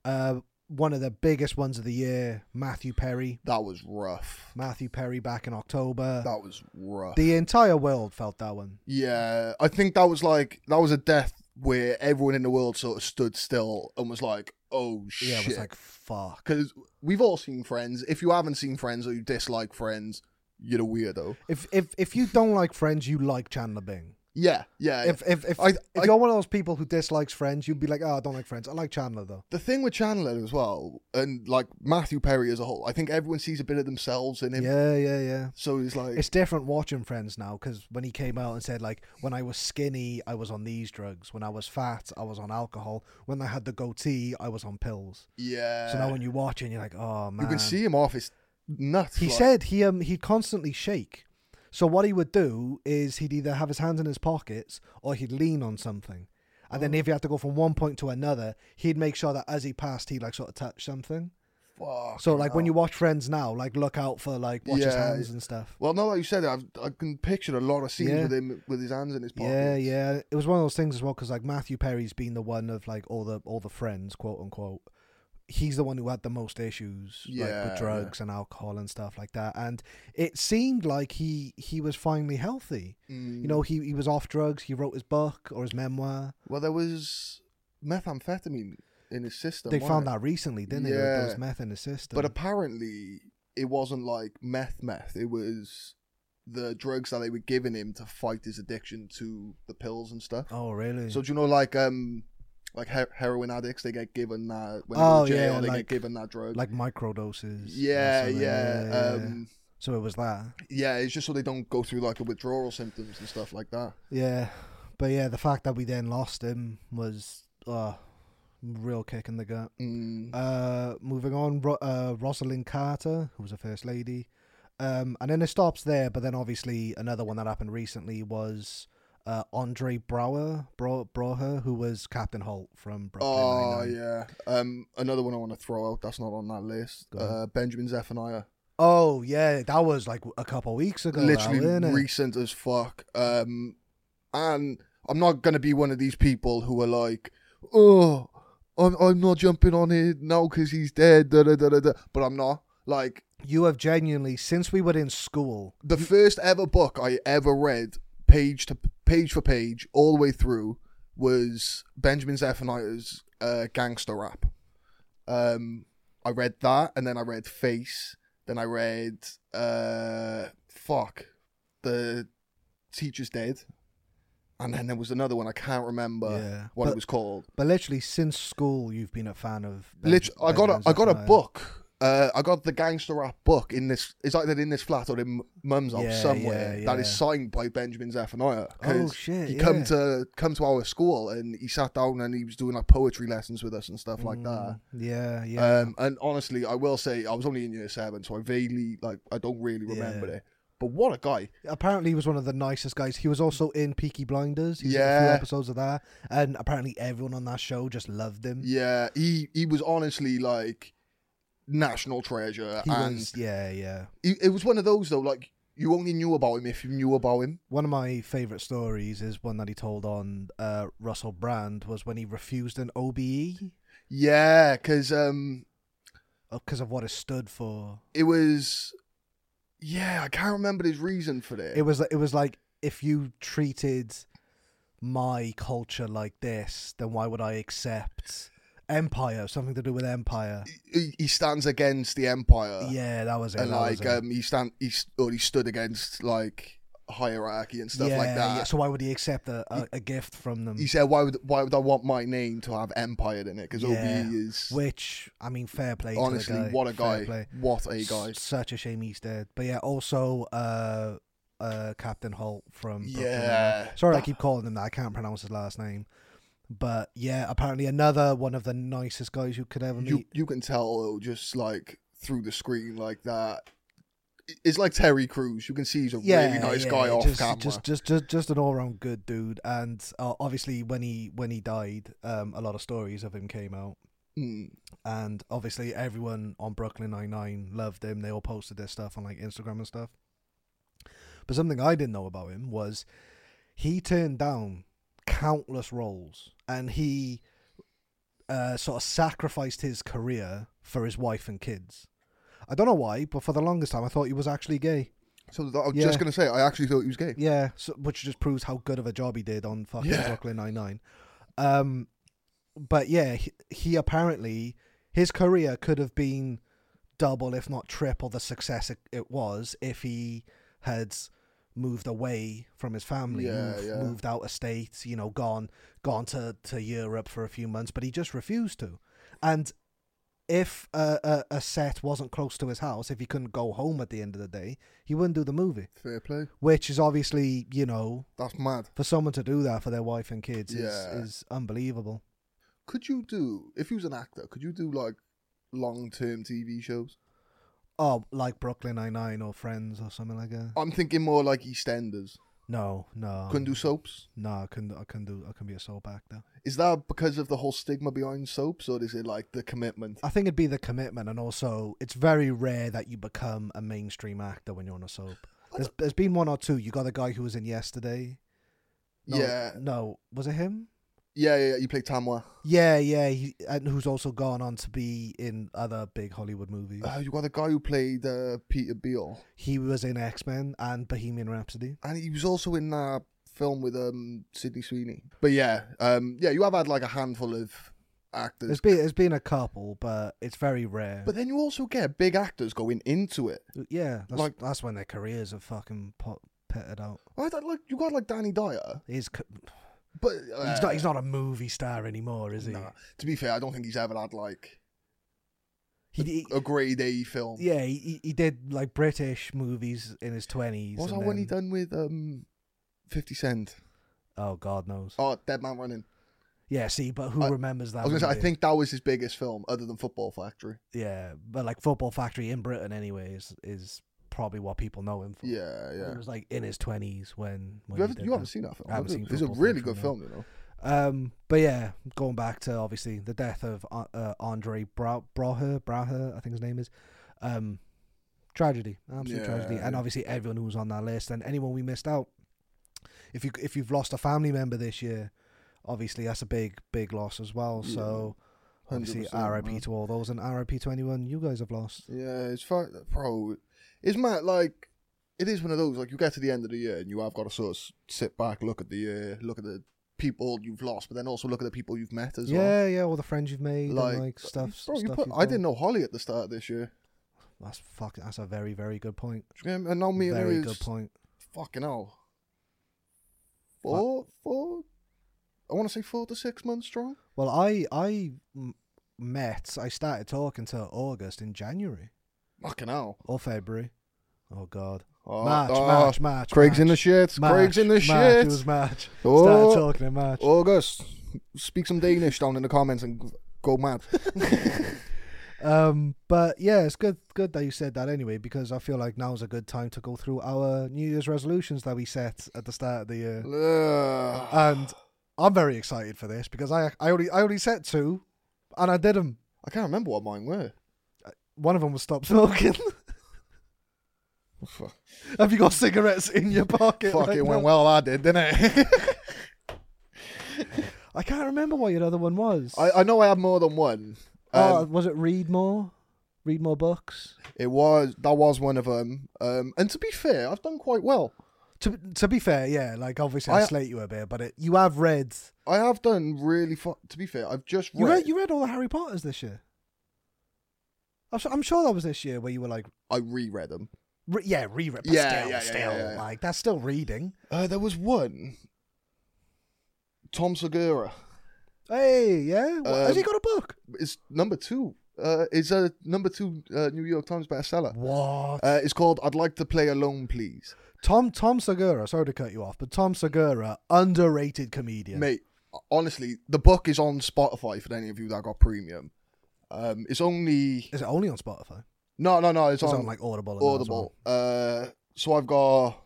Uh, one of the biggest ones of the year, Matthew Perry. That was rough. Matthew Perry back in October. That was rough. The entire world felt that one. yeah, I think that was like that was a death where everyone in the world sort of stood still and was like, "Oh shit." Yeah, it was like fuck. because we've all seen Friends. If you haven't seen Friends or you dislike Friends, you're a weirdo. If if if you don't like Friends, you like Chandler Bing. Yeah, yeah. if if if, I- if I- you're one of those people who dislikes Friends, you'd be like, oh, I don't like Friends. I like Chandler though. the thing with Chandler as well, and like Matthew Perry as a whole, I think everyone sees a bit of themselves in him. Yeah, yeah, yeah. So it's like, It's different watching Friends now because when he came out and said like, when I was skinny, I was on these drugs. When I was fat, I was on alcohol. When I had the goatee, I was on pills. yeah. So now when you watch it, you're like, oh man. Uh, you can see him off his nuts. He like- said he um he'd constantly shake. So what he would do is he'd either have his hands in his pockets or he'd lean on something. And Oh. then if he had to go from one point to another, he'd make sure that as he passed, he like sort of touched something. Fuck So like when you hell. watch Friends now, like look out for like watch his Yeah. hands and stuff. Well, now that you said it, I've, I can picture a lot of scenes Yeah. with him with his hands in his pockets. Yeah, yeah. It was one of those things as well because like Matthew Perry's been the one of like all the all the friends, quote unquote. He's the one who had the most issues, like Yeah, with drugs and alcohol and stuff like that. And it seemed like he he was finally healthy. Mm. You know, he he was off drugs. He wrote his book or his memoir. Well, there was methamphetamine in his system. They wasn't found it? that recently, didn't they? There- There Yeah. was meth in his system. But apparently, it wasn't like meth meth. It was the drugs that they were giving him to fight his addiction to the pills and stuff. Oh, really? So do you know like um like he- heroin addicts they get given that when Oh, they go to jail yeah, they like- get given that drug. like micro doses. yeah, yeah, Um, so it was that. yeah. It's just so they don't go through like the withdrawal symptoms and stuff like that. Yeah, but yeah, the fact that we then lost him was uh real kick in the gut. Mm. Uh, moving on, Ro- uh, Rosalind Carter, who was a first lady, um, and then it stops there. But then obviously another one that happened recently was uh Andre Brower, Bro- Broher, who was Captain Holt from Brooklyn. Oh Nine-Nine. yeah. Um, another one I want to throw out that's not on that list. Go on. Uh, Benjamin Zephaniah, Oh yeah, that was like a couple weeks ago. literally now, innit? recent as fuck. Um, and I'm not gonna be one of these people who are like, oh, I'm I'm not jumping on it now because he's dead. Da, da, da, da, da. But I'm not. Like you have genuinely since we were in school. the first ever book I ever read, page to page for page, all the way through, was Benjamin Zephaniah's uh, gangster rap. Um, I read that, and then I read Face. Then I read uh, fuck, the teacher's dead, and then there was another one I can't remember yeah, what but, it was called. But literally, since school, you've been a fan of. Ben- Lit- I got a, Benjamin I got a Zephaniah. book. Uh, I got the gangster rap book in this. It's either in this flat or in mum's house Yeah, somewhere yeah, that is yeah. signed by Benjamin Zephaniah. Oh 'cause shit! he yeah. come to come to our school and he sat down and he was doing like poetry lessons with us and stuff like that. Mm, Yeah, yeah. Um, and honestly, I will say I was only in year seven, so I vaguely like I don't really remember Yeah. it. But what a guy! apparently, he was one of the nicest guys. He was also in Peaky Blinders. He was in a few Yeah. episodes of that, and apparently, everyone on that show just loved him. Yeah, he he was honestly like national treasure, He and was, yeah, yeah. he, it was one of those though like. You only knew about him if you knew about him. One of my favorite stories is one that he told on uh, Russell Brand was when he refused an E, OBE Yeah, because um, because uh, of what it stood for. it was. Yeah, I can't remember his reason for that. It was it was like if you treated my culture like this, then why would I accept empire? Something to do with empire. he, he stands against the empire, Yeah, that was it. and that was like it. um, he stand he st- or he stood against like hierarchy and stuff Yeah, like that. yeah. So why would he accept a, a, a gift from them? He said, "Why would why would I want my name to have empire in it? Because Yeah. OBE is Which I mean, fair play. to the honestly guy. what a Fair guy, play. what a guy." S- Such a shame he's dead. But yeah, also uh, uh, Captain Holt from Brooklyn Nine-Nine. Yeah, Sorry, I That- keep calling him that. I can't pronounce his last name. But yeah, apparently another one of the nicest guys you could ever meet. you you can tell though, just like through the screen like that. It's like Terry Crews. You can see he's a really nice guy off just, camera. Just, just, just, just an all-round good dude. And uh, obviously, when he when he died, um, a lot of stories of him came out, Mm. and obviously everyone on Brooklyn Nine Nine loved him. They all posted their stuff on like Instagram and stuff. But something I didn't know about him was he turned down countless roles, and he uh, sort of sacrificed his career for his wife and kids. I don't know why, but for the longest time, I thought he was actually gay. So that, I was Yeah. just gonna say, I actually thought he was gay. Yeah, so, which just proves how good of a job he did on fucking Yeah. Brooklyn Nine Nine. Um, but yeah, he, he apparently his career could have been double, if not triple, the success it, it was if he had moved away from his family, Yeah, moved, yeah. moved out of state, you know, gone gone to to Europe for a few months, but he just refused to. And if a, a, a set wasn't close to his house, if he couldn't go home at the end of the day, he wouldn't do the movie Fair play. which is obviously you know That's mad. for someone to do that for their wife and kids Yeah. is, is unbelievable could you do if you was an actor could you do like long term tv shows oh like brooklyn nine-nine or friends or something like that i'm thinking more like eastenders no no couldn't do soaps no i couldn't i couldn't do i couldn't be a soap actor is that because of the whole stigma behind soaps or is it like the commitment i think it'd be the commitment and also it's very rare that you become a mainstream actor when you're on a soap there's, there's been one or two you got a guy who was in yesterday no, yeah no was it him yeah yeah you play tamwa yeah yeah he, and who's also gone on to be in other big hollywood movies uh, you got the guy who played uh, peter beale he was in x-men and bohemian rhapsody and he was also in that film with um sidney sweeney but yeah um yeah you have had like a handful of actors. There's been there's been a couple, but it's very rare. But then you also get big actors going into it. yeah, that's, like- that's when their careers are fucking pot, petted out. Right, that- like you got like Danny Dyer, He's c- but uh, he's not he's not a movie star anymore, is he? nah. To be fair, I don't think he's ever had like He, he a grade A film. yeah, he- he, he did like British movies in his twenties. What was that one he done with um, Fifty Cent? Oh God knows. Oh, Dead Man Running. Yeah, see, but who I- remembers that? I was gonna say, I movie? think that was his biggest film, other than Football Factory. yeah, but like Football Factory in Britain, anyway, is, is probably what people know him for. Yeah, yeah. It was like in his twenties when, when You, he haven't, did you that. haven't seen that film. I haven't have you? seen It's a Football really Factory, good no. film, you know. Um, but yeah, going back to obviously the death of uh, uh, Andre Bra- Brahe, Brahe, I think his name is. Um, tragedy, absolute Yeah, tragedy, and yeah. obviously everyone who was on that list and anyone we missed out. If you if you've lost a family member this year, obviously that's a big big loss as well. Yeah, So obviously 100%, RIP man. to all those and RIP to anyone you guys have lost. Yeah, it's fine, bro. It's mad. Like, it is one of those. Like, you get to the end of the year and you have got to sort of s- sit back, look at the year, look at the people you've lost, but then also look at the people you've met as well. yeah, yeah, all the friends you've made, Like, and like stuff. Bro, you stuff put, you've I done. didn't know Holly at the start of this year. That's fucking. That's a very very good point. And now me and her very is good point. fucking hell. Four, four. I want to say four to six months strong. Well, I I m- met. I started talking to August in January Fucking hell. or February. Oh God, Oh, March, oh, March, March. Craig's in the March, shit. March, Craig's in the March, shit. It was March. Oh. Started talking in March. August, speak some Danish down in the comments and g- go mad. Um, but yeah, it's good good that you said that anyway because I feel like now's a good time to go through our New Year's resolutions that we set at the start of the year. Ugh. and I'm very excited for this because I I only I only set two, and I did them. I can't remember what mine were. One of them was stop smoking. Fuck, Have you got cigarettes in your pocket? Fuck, right it went now? well, I did, didn't it? I can't remember what your other one was. I, I know I had more than one. Um, oh, was it read more? Read more books. It was that was one of them. Um, and to be fair, I've done quite well. To to be fair, yeah, like obviously I, I- slate you a bit, but it, you have read. I have done really. Fu- to be fair, I've just You read. read you read all the Harry Potters this year. I'm, su- I'm sure that was this year where you were like, I reread them. re- yeah, reread. But Yeah, still, yeah, yeah, still, yeah, yeah, yeah. like that's still reading. Uh, there was one. Tom Segura Hey, yeah, what, has Um, he got a book? is number two. Uh, is a number two uh, New York Times bestseller. What? Uh, it's called "I'd Like to Play Alone, Please." Tom Tom Segura. Sorry to cut you off, but Tom Segura, underrated comedian. Mate, honestly, the book is on Spotify for any of you that got premium. Um, it's only Is it only on Spotify? no, no, no. It's, It's on, on, like Audible. and that as Audible. Uh, so I've got,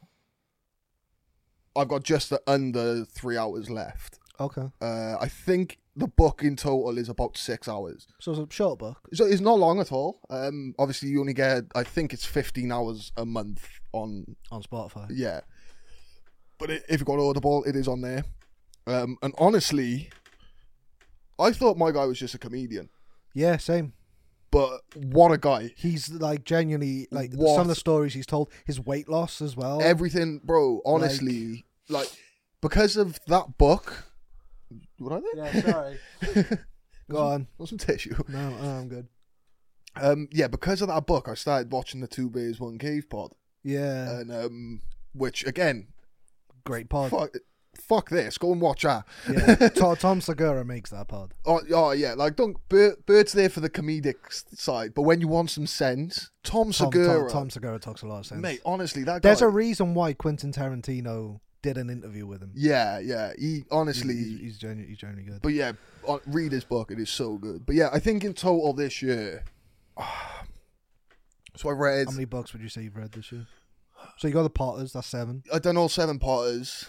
I've got just under three hours left. well? Okay, Uh, I think the book in total is about six hours. so it's a short book. So it's not long at all. Um, obviously you only get, I think it's fifteen hours a month on on Spotify. Yeah. But i if you've got Audible, it is on there. Um, and honestly, I thought my guy was just a comedian, Yeah, same. but what a guy. He's like genuinely like What? some of the stories he's told. His weight loss as well. Everything, bro, honestly, like, because of that book. What are they? yeah, sorry. Go on. Want some tissue? No, no, I'm good. Um, yeah, because of that book, I started watching the Two Bears One Cave pod, Yeah, and um, which again, great pod. fuck, fuck this, go and watch that. Yeah. To- Tom Segura makes that pod. Oh, oh yeah, like don't Bert, Bert's there for the comedic s- side, but when you want some sense, Tom Tom, Segura, Tom, Tom Segura talks a lot of sense. mate, honestly, that There's guy, a reason why Quentin Tarantino did an interview with him. yeah, yeah, he honestly, he's, he's, genu- he's genuinely good. but yeah, on, read his book, it is so good. But yeah, I think in total this year, so I read, How many books would you say you've read this year? So you got the Potters. That's seven. I done all seven Potters,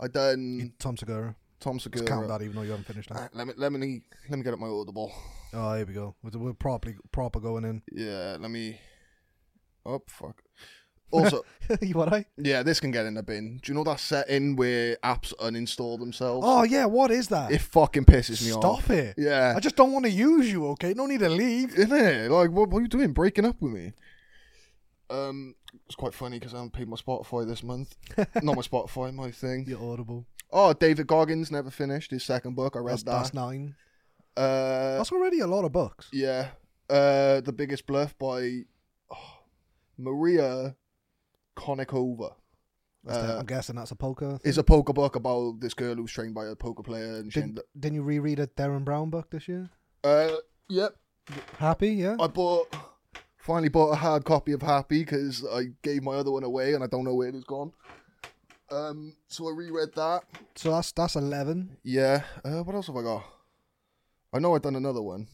I You- done Tom Segura. Tom Just count Segura. that, even though you haven't finished that. Ah, Let me let me let me get up my Audible. Oh, here we go. We're, we're properly proper going in. Yeah, let me. Oh fuck. Also, you what? I? Yeah, this can get in the bin. Do you know that setting where apps uninstall themselves? Oh yeah. What is that? It fucking pisses me off. Stop it. Yeah. I just don't want to use you, okay? No need to leave. Isn't it? Like, what, what are you doing breaking up with me? Um, It's quite funny because I haven't paid my Spotify this month. Not my Spotify, my thing. You're audible. Oh, David Goggins never finished his second book. I read That's, that. that's nine. Uh, That's already a lot of books. yeah. Uh, the Biggest Bluff by oh, Maria Konikova. That's the- Uh, I'm guessing that's a poker. It's a poker book about this girl who's trained by a poker player and she Did, end- didn't you reread a Darren Brown book this year? Uh, yep. Happy, yeah. I bought, finally bought a hard copy of Happy because I gave my other one away and I don't know where it has gone. Um, so I reread that. So that's that's eleven. Yeah. Uh, what else have I got? I know I've done another one.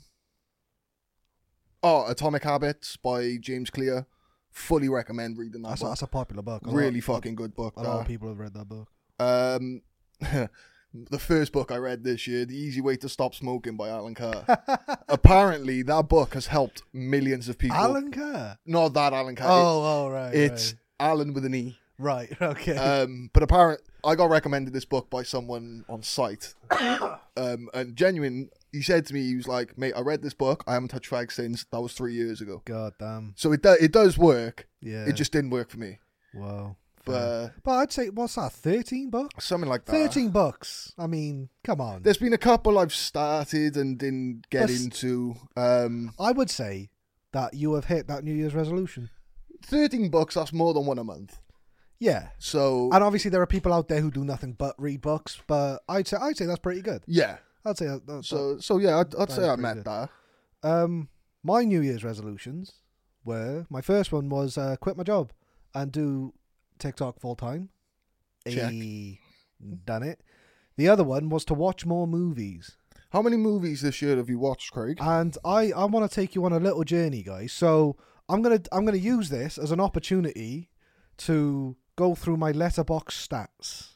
Oh, Atomic Habits by James Clear. Fully recommend reading that. That's a, book. that's a popular book. A lot- really fucking good book. A lot that. of people have read that book. Um, the first book I read this year, The Easy Way to Stop Smoking by Alan Carr. Apparently, that book has helped millions of people. Alan Kerr. Not that Alan Carr. it- Oh, oh, right. it's Alan with an E. right. right, Okay. Um, but apparently, I got recommended this book by someone on site. um, and genuine, he said to me, he was like, mate, I read this book. I haven't touched fag since. That was three years ago. God damn. So it, do- it does work. Yeah. It just didn't work for me. Wow. But Fair. uh, but I'd say what's that? Thirteen books. something like that. Thirteen books. I mean, come on. There's been a couple I've started and didn't get That's- into. Um, I would say that you have hit that New Year's resolution. 13 books, that's more than one a month. Yeah. So, And obviously, there are people out there who do nothing but read books. But I'd say I'd say that's pretty good. yeah. I'd say that, that's So, so yeah, I'd, I'd That say is I pretty met good. that. Um, my New Year's resolutions were my first one was uh, quit my job and do TikTok full time. Check. Eh, done it. The other one was to watch more movies. How many movies this year have you watched, Craig? And I, I want to take you on a little journey, guys. So I'm gonna I'm gonna use this as an opportunity to go through my letterbox stats.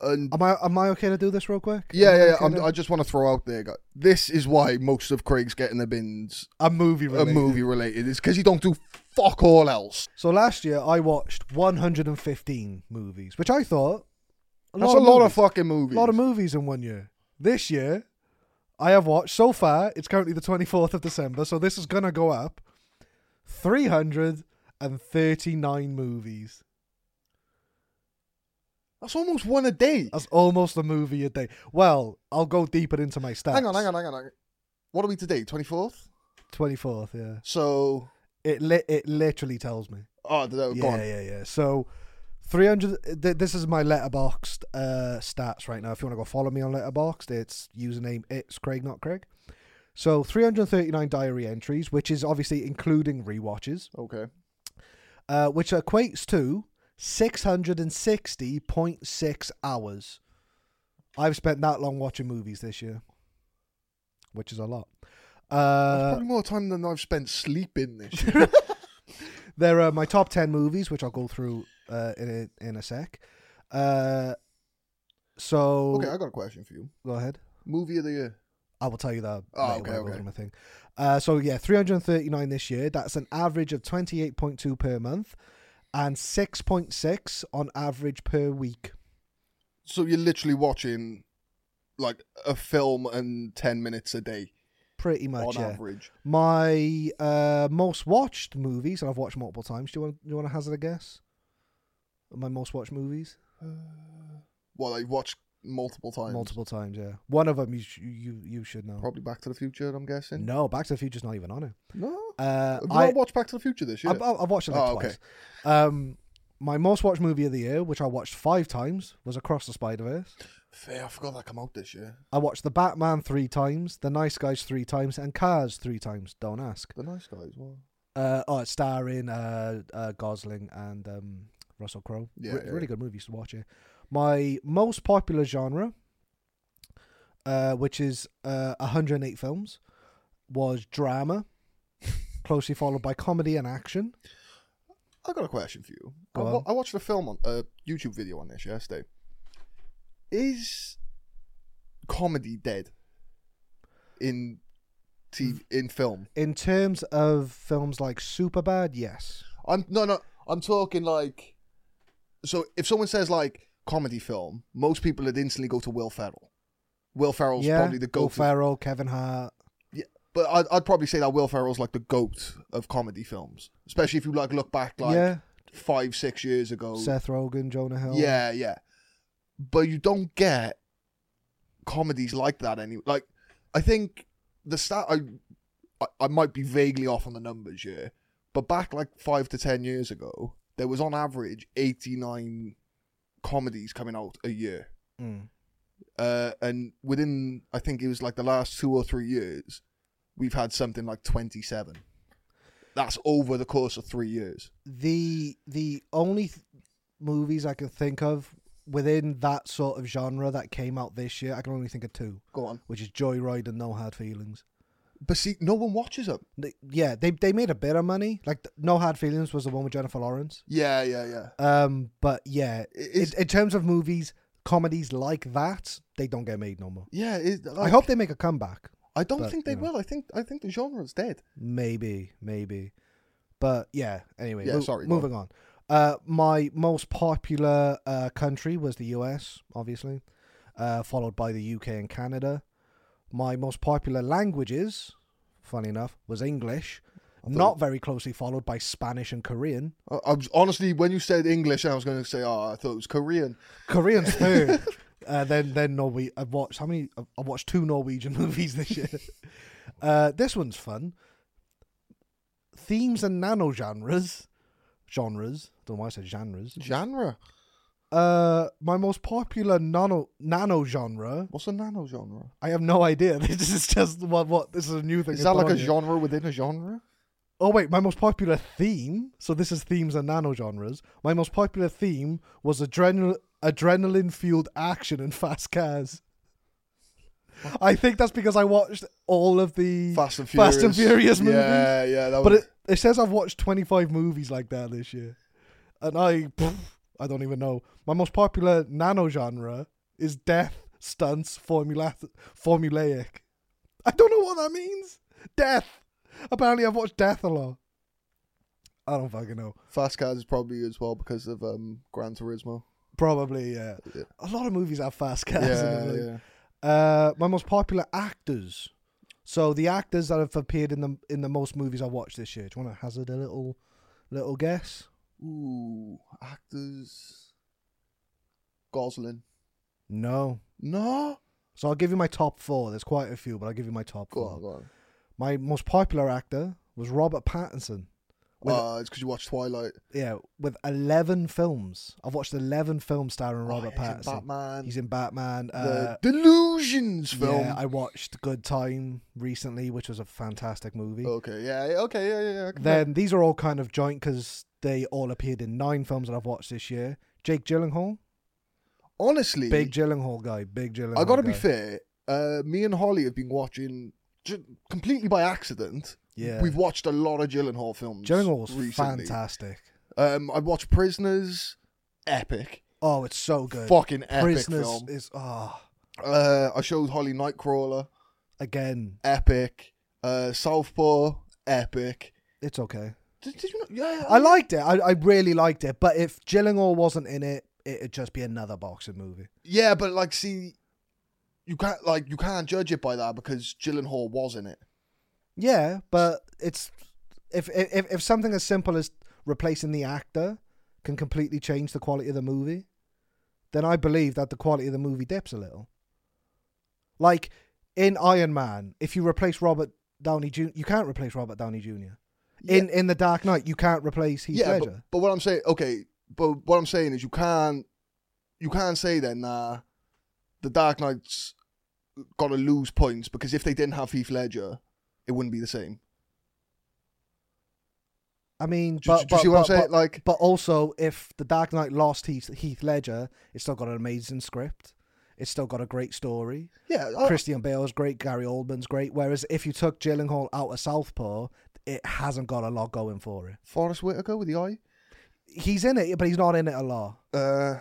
And Am I am I okay to do this real quick? yeah, Am I yeah, yeah. okay I'm, to- I just want to throw out there, guys. This is why most of Craig's getting the bins a movie are related. movie related. It's because you don't do fuck all else. So last year I watched 115 movies, which I thought That's a lot of movies. fucking movies. a lot of movies in one year. This year, I have watched so far. It's currently the 24th of December, so this is gonna go up 339 movies. That's almost one a day. That's almost a movie a day. Well, I'll go deeper into my stats. Hang on, hang on, hang on, hang on. What are we today? Twenty fourth. 24th, yeah. So, It li- it literally tells me. oh, no, yeah, go on. yeah, yeah. So, 300. Th- this is my letterboxed uh, stats right now. If you want to go follow me on letterboxed, it's username it's Craig, not Craig. So, 339 diary entries, which is obviously including rewatches, Okay. uh, which equates to 660.6 hours. I've spent that long watching movies this year, which is a lot. That's Uh, probably more time than I've spent sleeping this year. There are my top ten movies, which I'll go through uh, in a, in a sec. Uh, so okay, I got a question for you. go ahead. Movie of the year. I will tell you that. Oh, later okay, when I go okay. through my thing. Uh, so yeah, 339 this year. That's an average of 28.2 per month, and 6.6 on average per week. So you're literally watching like a film and ten minutes a day Pretty much. on Yeah. average. My uh, most watched movies, and I've watched multiple times. Do you want do you want to hazard a guess? My most watched movies. Well, I've watched multiple times. Multiple times, yeah. One of them you sh- you you should know. Probably Back to the Future. I'm guessing. No, Back to the Future's not even on it. No. Uh, Have you I, not watched Back to the Future this year? I've, I've watched it like Oh, okay. twice. Um, my most watched movie of the year, which I watched five times, was Across the Spider Verse. Fair, I forgot that come out this year. I watched The Batman three times, The Nice Guys three times, and Cars three times. Don't ask. The nice guys. Well. Uh, oh, it's starring uh, uh, Gosling and um, Russell Crowe. Yeah, Re- yeah. really good movies to watch. It. My most popular genre, uh, which is uh, 108 films, was drama, closely followed by comedy and action. I got a question for you. I, Go wa- on. I watched a film on a YouTube video on this yesterday. Is comedy dead in TV, in film? In terms of films like Superbad, yes. I'm no no. I'm talking like. So if someone says like comedy film, most people would instantly go to Will Ferrell. Will Ferrell's yeah, probably the Will goat. Ferrell, Kevin Hart. but I'd, I'd probably say that Will Ferrell's like the goat of comedy films, especially if you like look back like yeah, five six years ago. Seth Rogen, Jonah Hill. Yeah, yeah. But you don't get comedies like that anymore. Like, I think the stat I, I I might be vaguely off on the numbers here, but back like five to ten years ago, there was on average eighty nine comedies coming out a year. Mm. Uh, and within, I think it was like the last two or three years, we've had something like 27. That's over the course of three years. The the only th- movies I can think of within that sort of genre that came out this year, I can only think of two, Go on. which is Joyride and No Hard Feelings. But see, no one watches them. They- yeah, they they made a bit of money. Like th- No Hard Feelings was the one with Jennifer Lawrence. Yeah, yeah, yeah. Um, but yeah, It in, is- in terms of movies, comedies like that, they don't get made no more. Yeah, it, I like, hope they make a comeback. I don't but, think they you know. will. I think I think the genre's dead. Maybe, maybe. But yeah, anyway, Yeah, mo- sorry, go on. moving on. Uh, my most popular uh, country was the US, obviously, uh, followed by the UK and Canada. My most popular languages, funny enough, was English, not very closely followed by Spanish and Korean. I, I was honestly when you said English, I was going to say, oh, I thought it was Korean. Korean's third. uh, then then Norway. I've watched how many? I've- I've watched two Norwegian movies this year. uh, this one's fun. Themes and nano genres, genres. Don't know why I said genres. Genre? Uh, my most popular nano nano genre. What's a nano genre? I have no idea. This is just what what. This is a new thing. Is I put that like a on here. genre within a genre? Oh wait, my most popular theme. So this is themes and nano genres. My most popular theme was adrenal adrenaline fueled action and fast cars. I think that's because I watched all of the, Fast and Furious. Fast and Furious movies. Yeah, yeah. That but was, it, it says I've watched twenty five movies like that this year, and I pff, I don't even know. My most popular nano genre is death stunts formula formulaic. I don't know what that means. Death. Apparently, I've watched death a lot. I don't fucking know. Fast Cars is probably as well because of um, Gran Turismo. Probably, yeah. Yeah. A lot of movies have fast cars. in Yeah, them, like- yeah. Uh, my most popular actors. So the actors that have appeared in the in the most movies I watched this year. Do you want to hazard a little little guess? Ooh, actors. Gosling. No. No. So I'll give you my top four. There's quite a few, but I'll give you my top Go four. on, go on. My most popular actor was Robert Pattinson. With- Uh, it's because you watch Twilight. Yeah, with eleven films. I've watched eleven films starring Robert Oh, he's in Pattinson. Batman. He's in Batman. the Uh, Delusions film. yeah, I watched Good Time recently, which was a fantastic movie. okay, yeah, yeah, okay, yeah, yeah. yeah. I can Then these are all kind of joint because they all appeared in nine films that I've watched this year. Jake Gyllenhaal, tell. honestly, big Gyllenhaal guy, big Gyllenhaal. I gotta be guy. fair. Uh, me and Holly have been watching ju- completely by accident. Yeah, We've watched a lot of Gyllenhaal films. Gyllenhaal was recently. fantastic. Um, I watched Prisoners. Epic, Oh, it's so good. fucking epic Prisoners film. is ah Uh, I showed Holly Nightcrawler. again. Epic. Uh, Southpaw. Epic. It's okay. Did, did you not? Yeah, Oh, yeah, I liked it. I, I really liked it. But if Gyllenhaal wasn't in it, it'd just be another boxing movie. Yeah, but like, see, you can't like you can't judge it by that because Gyllenhaal was in it. Yeah, but it's if if if something as simple as replacing the actor can completely change the quality of the movie, then I believe that the quality of the movie dips a little. Like in Iron Man, if you replace Robert Downey Jr., you can't replace Robert Downey Jr. In in the Dark Knight, you can't replace Heath yeah, but, Ledger. but what I'm saying, okay, but what I'm saying is you can't you can't say then nah, the Dark Knight's got to lose points because if they didn't have Heath Ledger, it wouldn't be the same. I mean, Do, you- but, do you but- see what I'm but- saying? but- like, But also, if The Dark Knight lost Heath, Heath Ledger, it's still got an amazing script. It's still got a great story. yeah, I, Christian Bale's great. Gary Oldman's great. Whereas if you took Gyllenhaal out of Southpaw, it hasn't got a lot going for it. Forrest Whitaker with the eye. He's in it, but he's not in it a lot. Uh,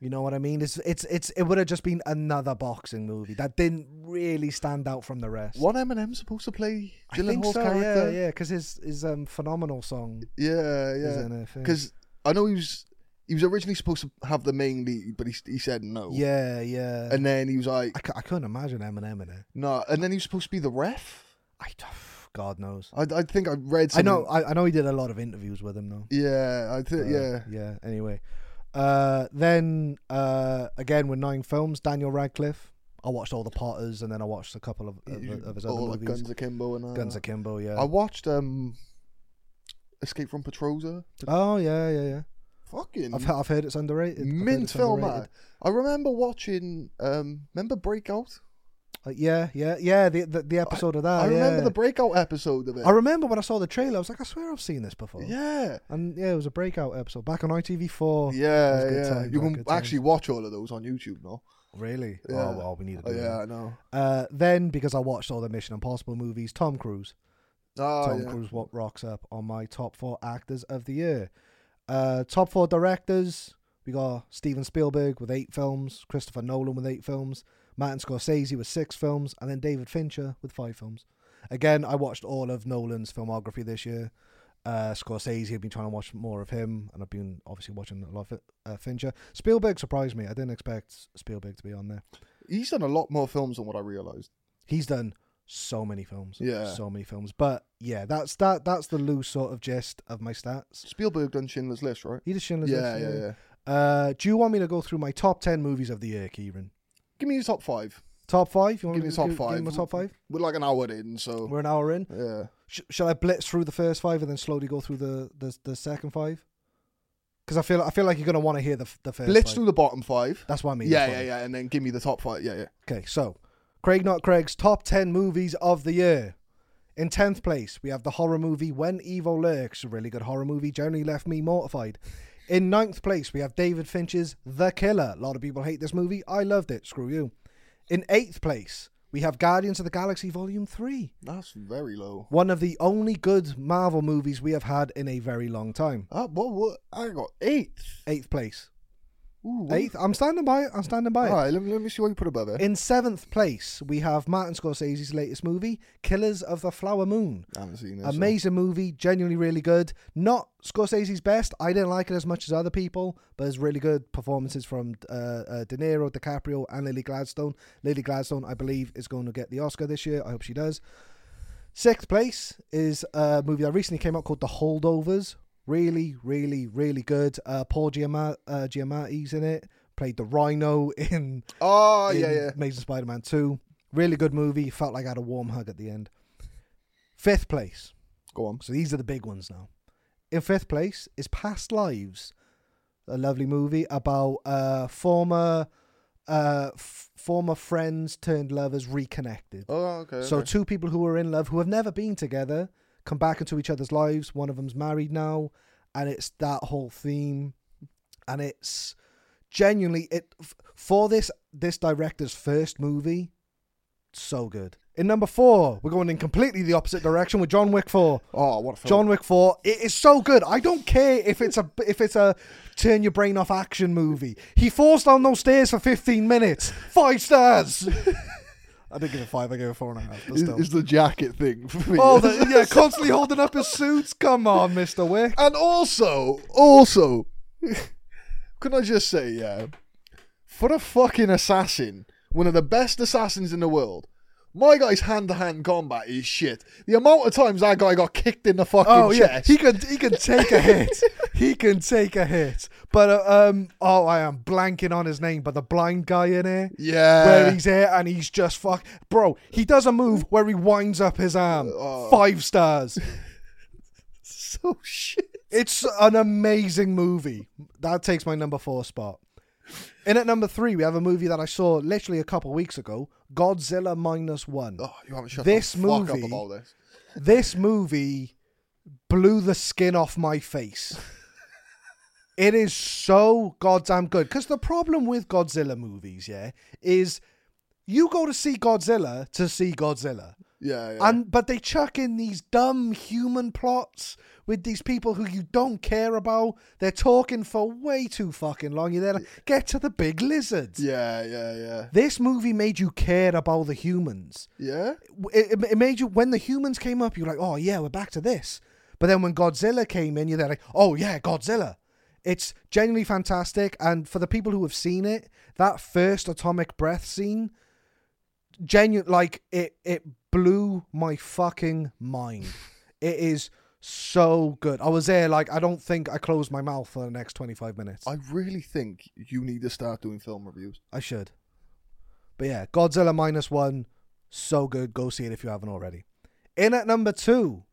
You know what I mean? It's it's it's it would have just been another boxing movie that didn't really stand out from the rest. what Eminem supposed to play I think Gyllenhaal's so, character? Yeah, yeah, because his his um phenomenal song yeah, yeah. is in it. I think. because I know he was he was originally supposed to have the main lead, but he he said no. yeah, yeah. And then he was like, I, cou- I couldn't imagine Eminem in it. no. And then he was supposed to be the ref. I God knows. I, I think I read. I Something. know. I, I know he did a lot of interviews with him though. Yeah, I think. Uh, yeah. Yeah. Anyway, uh, then uh, again with nine films, Daniel Radcliffe. I watched all the Potters, and then I watched a couple of of, of his uh, other all movies. like Guns Akimbo and uh, Guns Akimbo, yeah. I watched um, Escape from Petroza. oh yeah, yeah, yeah. Fucking I've, I've heard it's underrated. I've heard Mm. mint it's film. underrated. that. I remember watching. Um, remember Breakout? Uh, yeah, yeah, yeah. The the, the episode of that. I remember Oh, yeah. the Breakout episode of it. I remember when I saw the trailer. I was like, I swear I've seen this before. yeah. And yeah, it was a breakout episode back on ITV4. Yeah, Oh, was good yeah. times, you man, can good times. actually watch all of those on YouTube now. Really? Yeah. Oh well, we need to Oh, do yeah, that. I know. Uh, then because I watched all the Mission Impossible movies, Tom Cruise. Oh, Tom yeah. Cruise what rocks up on my top four actors of the year. Uh, top four directors. We got Steven Spielberg with eight films, Christopher Nolan with eight films, Martin Scorsese with six films, and then David Fincher with five films. Again, I watched all of Nolan's filmography this year. Uh, Scorsese, I've been trying to watch more of him, and I've been obviously watching a lot of uh, Fincher. Spielberg surprised me. I didn't expect Spielberg to be on there. He's done a lot more films than what I realized. He's done so many films. Yeah. So many films. But yeah, that's that that's the loose sort of gist of my stats. Spielberg done Schindler's List, right? He just Schindler's yeah, List, yeah, yeah. Uh do you want me to go through my top ten movies of the year, Kieran? Give me your top five. Top five? You want Give me me to top give- five. Give me a top five? We're like an hour in, so We're an hour in. yeah. Sh- shall I blitz through the first five and then slowly go through the the, the second five? Because I feel I feel like you're gonna want to hear the f- the first. Let's five. do the bottom five. That's what I mean. Yeah, that's what I yeah, mean. yeah, and then give me the top five. Yeah, yeah. Okay, so Craig Not Craig's top 10 movies of the year. In 10th place, we have the horror movie When Evil Lurks, a really good horror movie, generally left me mortified. In ninth place, we have David Fincher's The Killer. A lot of people hate this movie. I loved it. Screw you. In eighth place, we have Guardians of the Galaxy Volume 3, That's very low. one of the only good Marvel movies we have had in a very long time. Ah, what? What? I got eight. Eighth place. Ooh, what- Eighth? I'm standing by it. I'm standing by All it. right, let me, let me see what you put above it. In seventh place, we have Martin Scorsese's latest movie, Killers of the Flower Moon. I haven't seen this. so- Amazing movie, genuinely really good. Not Scorsese's best. I didn't like it as much as other people, but it's really good performances from uh, uh, De Niro, DiCaprio, and Lily Gladstone. Lily Gladstone, I believe, is going to get the Oscar this year. I hope she does. Sixth place is a movie that recently came out called The Holdovers. Really, really, really good. Uh, Paul Giamatti, uh, Giamatti's in it. Played the Rhino in Oh, in yeah, yeah. Amazing Spider-Man 2. Really good movie. Felt like I had a warm hug at the end. Fifth place. Go on. So these are the big ones now. In fifth place is Past Lives, a lovely movie about uh, former uh, f- former friends turned lovers reconnected. Oh, okay. So okay. two people who were in love who have never been together come back into each other's lives. One of them's married now, and it's that whole theme, and it's genuinely it f- for this this director's first movie. So good. In number four, we're going in completely the opposite direction with John Wick Four. oh, what a film. John Wick Four. It is so good. I don't care if it's a if it's a turn your brain off action movie. He falls down those stairs for fifteen minutes. Five stars. I didn't give it five. I gave it four and a half. But is, still. is the jacket thing for me. Oh, the, yeah, constantly holding up his suits. Come on, Mister Wick. And also, also, can I just say, yeah, for a fucking assassin, one of the best assassins in the world, my guy's hand to hand combat is shit. The amount of times that guy got kicked in the fucking Oh yeah, chest. he can he can take a hit. He can take a hit. But uh, um, oh, I am blanking on his name. But the blind guy in here. yeah. where he's here and he's just fuck, bro. He does a move where he winds up his arm. Oh. Five stars. so shit. It's an amazing movie. That takes my number four spot. In at number three, we have a movie that I saw literally a couple weeks ago, Godzilla minus one. Oh, you haven't shut This the fuck movie- up about this. This movie blew the skin off my face. it is so goddamn good. Because the problem with Godzilla movies, yeah, is you go to see Godzilla to see Godzilla. Yeah, yeah. And but they chuck in these dumb human plots with these people who you don't care about. They're talking for way too fucking long. You're there like, get to the big lizards. yeah, yeah, yeah. This movie made you care about the humans. Yeah? It, it, it made you when the humans came up, you're like, oh yeah, we're back to this. But then when Godzilla came in, you're there like, oh yeah, Godzilla. It's genuinely fantastic. And for the people who have seen it, that first atomic breath scene genuine like it it blew my fucking mind it is so good i was there like i don't think i closed my mouth for the next 25 minutes i, I really think you need to start doing film reviews. should But yeah, Godzilla minus one, so good. Go see it if you haven't already. In at number two,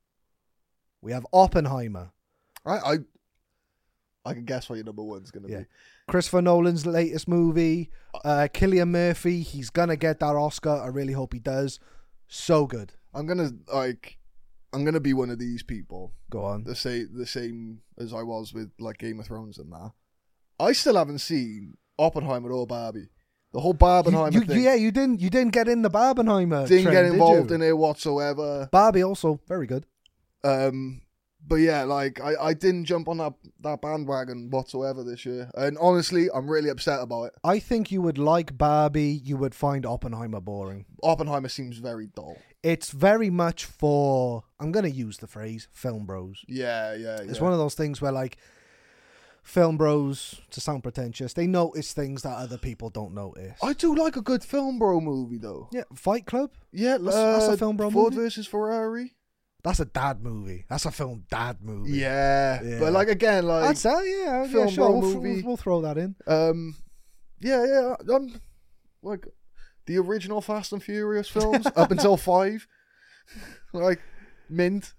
we have Oppenheimer. I, I, I can guess what your number one's gonna Yeah. be. Christopher Nolan's latest movie. Uh, Killian Murphy, he's gonna get that Oscar. I really hope he does. So good. I'm gonna like, I'm gonna be one of these people. Go on. The same, the same as I was with like Game of Thrones and that. I still haven't seen Oppenheimer or Barbie. The whole You, Barbenheimer you- thing yeah, you didn't. You didn't get in the Barbenheimer. didn't trend, get did involved you? in it whatsoever. Barbie also very good. Um, but yeah, like I, I didn't jump on that that bandwagon whatsoever this year, and honestly, I'm really upset about it. I think you would like Barbie. You would find Oppenheimer boring. Oppenheimer seems very dull. It's very much for. I'm gonna use the phrase film bros. Yeah, yeah, yeah. It's one of those things where like film bros, to sound pretentious, they notice things that other people don't notice. I do like a good film bro movie though. yeah, Fight Club. Yeah, That's- that's a uh, film bro Ford movie? versus Ferrari. That's a dad movie. That's a film dad movie. Yeah. Yeah. but like again, like I'd say, yeah, film yeah, sure. bro We'll, th- movie. we'll throw that in. um, yeah, yeah. I'm like the original Fast and Furious films up until five, like mint.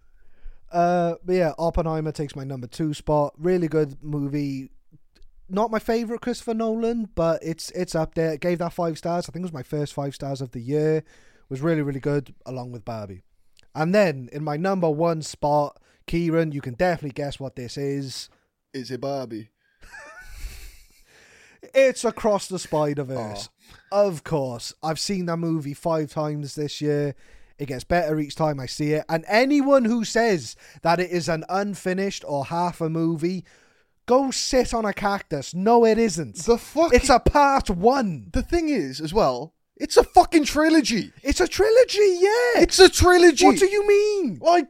Uh, but yeah, Oppenheimer takes my number two spot. Really good movie. Not my favorite Christopher Nolan, but it's it's up there. Gave that five stars. I think it was my first five stars of the year. Was really really good along with Barbie. And then in my number one spot, Kieran, you can definitely guess what this is. Is it Barbie? It's Across the Spider Verse. Of course, I've seen that movie five times this year. It gets better each time I see it. And anyone who says that it is an unfinished or half a movie, go sit on a cactus. No, it isn't. The fuck. it's a part one. the thing is as well. It's a fucking trilogy. It's a trilogy, yeah. It's a trilogy. what do you mean? like?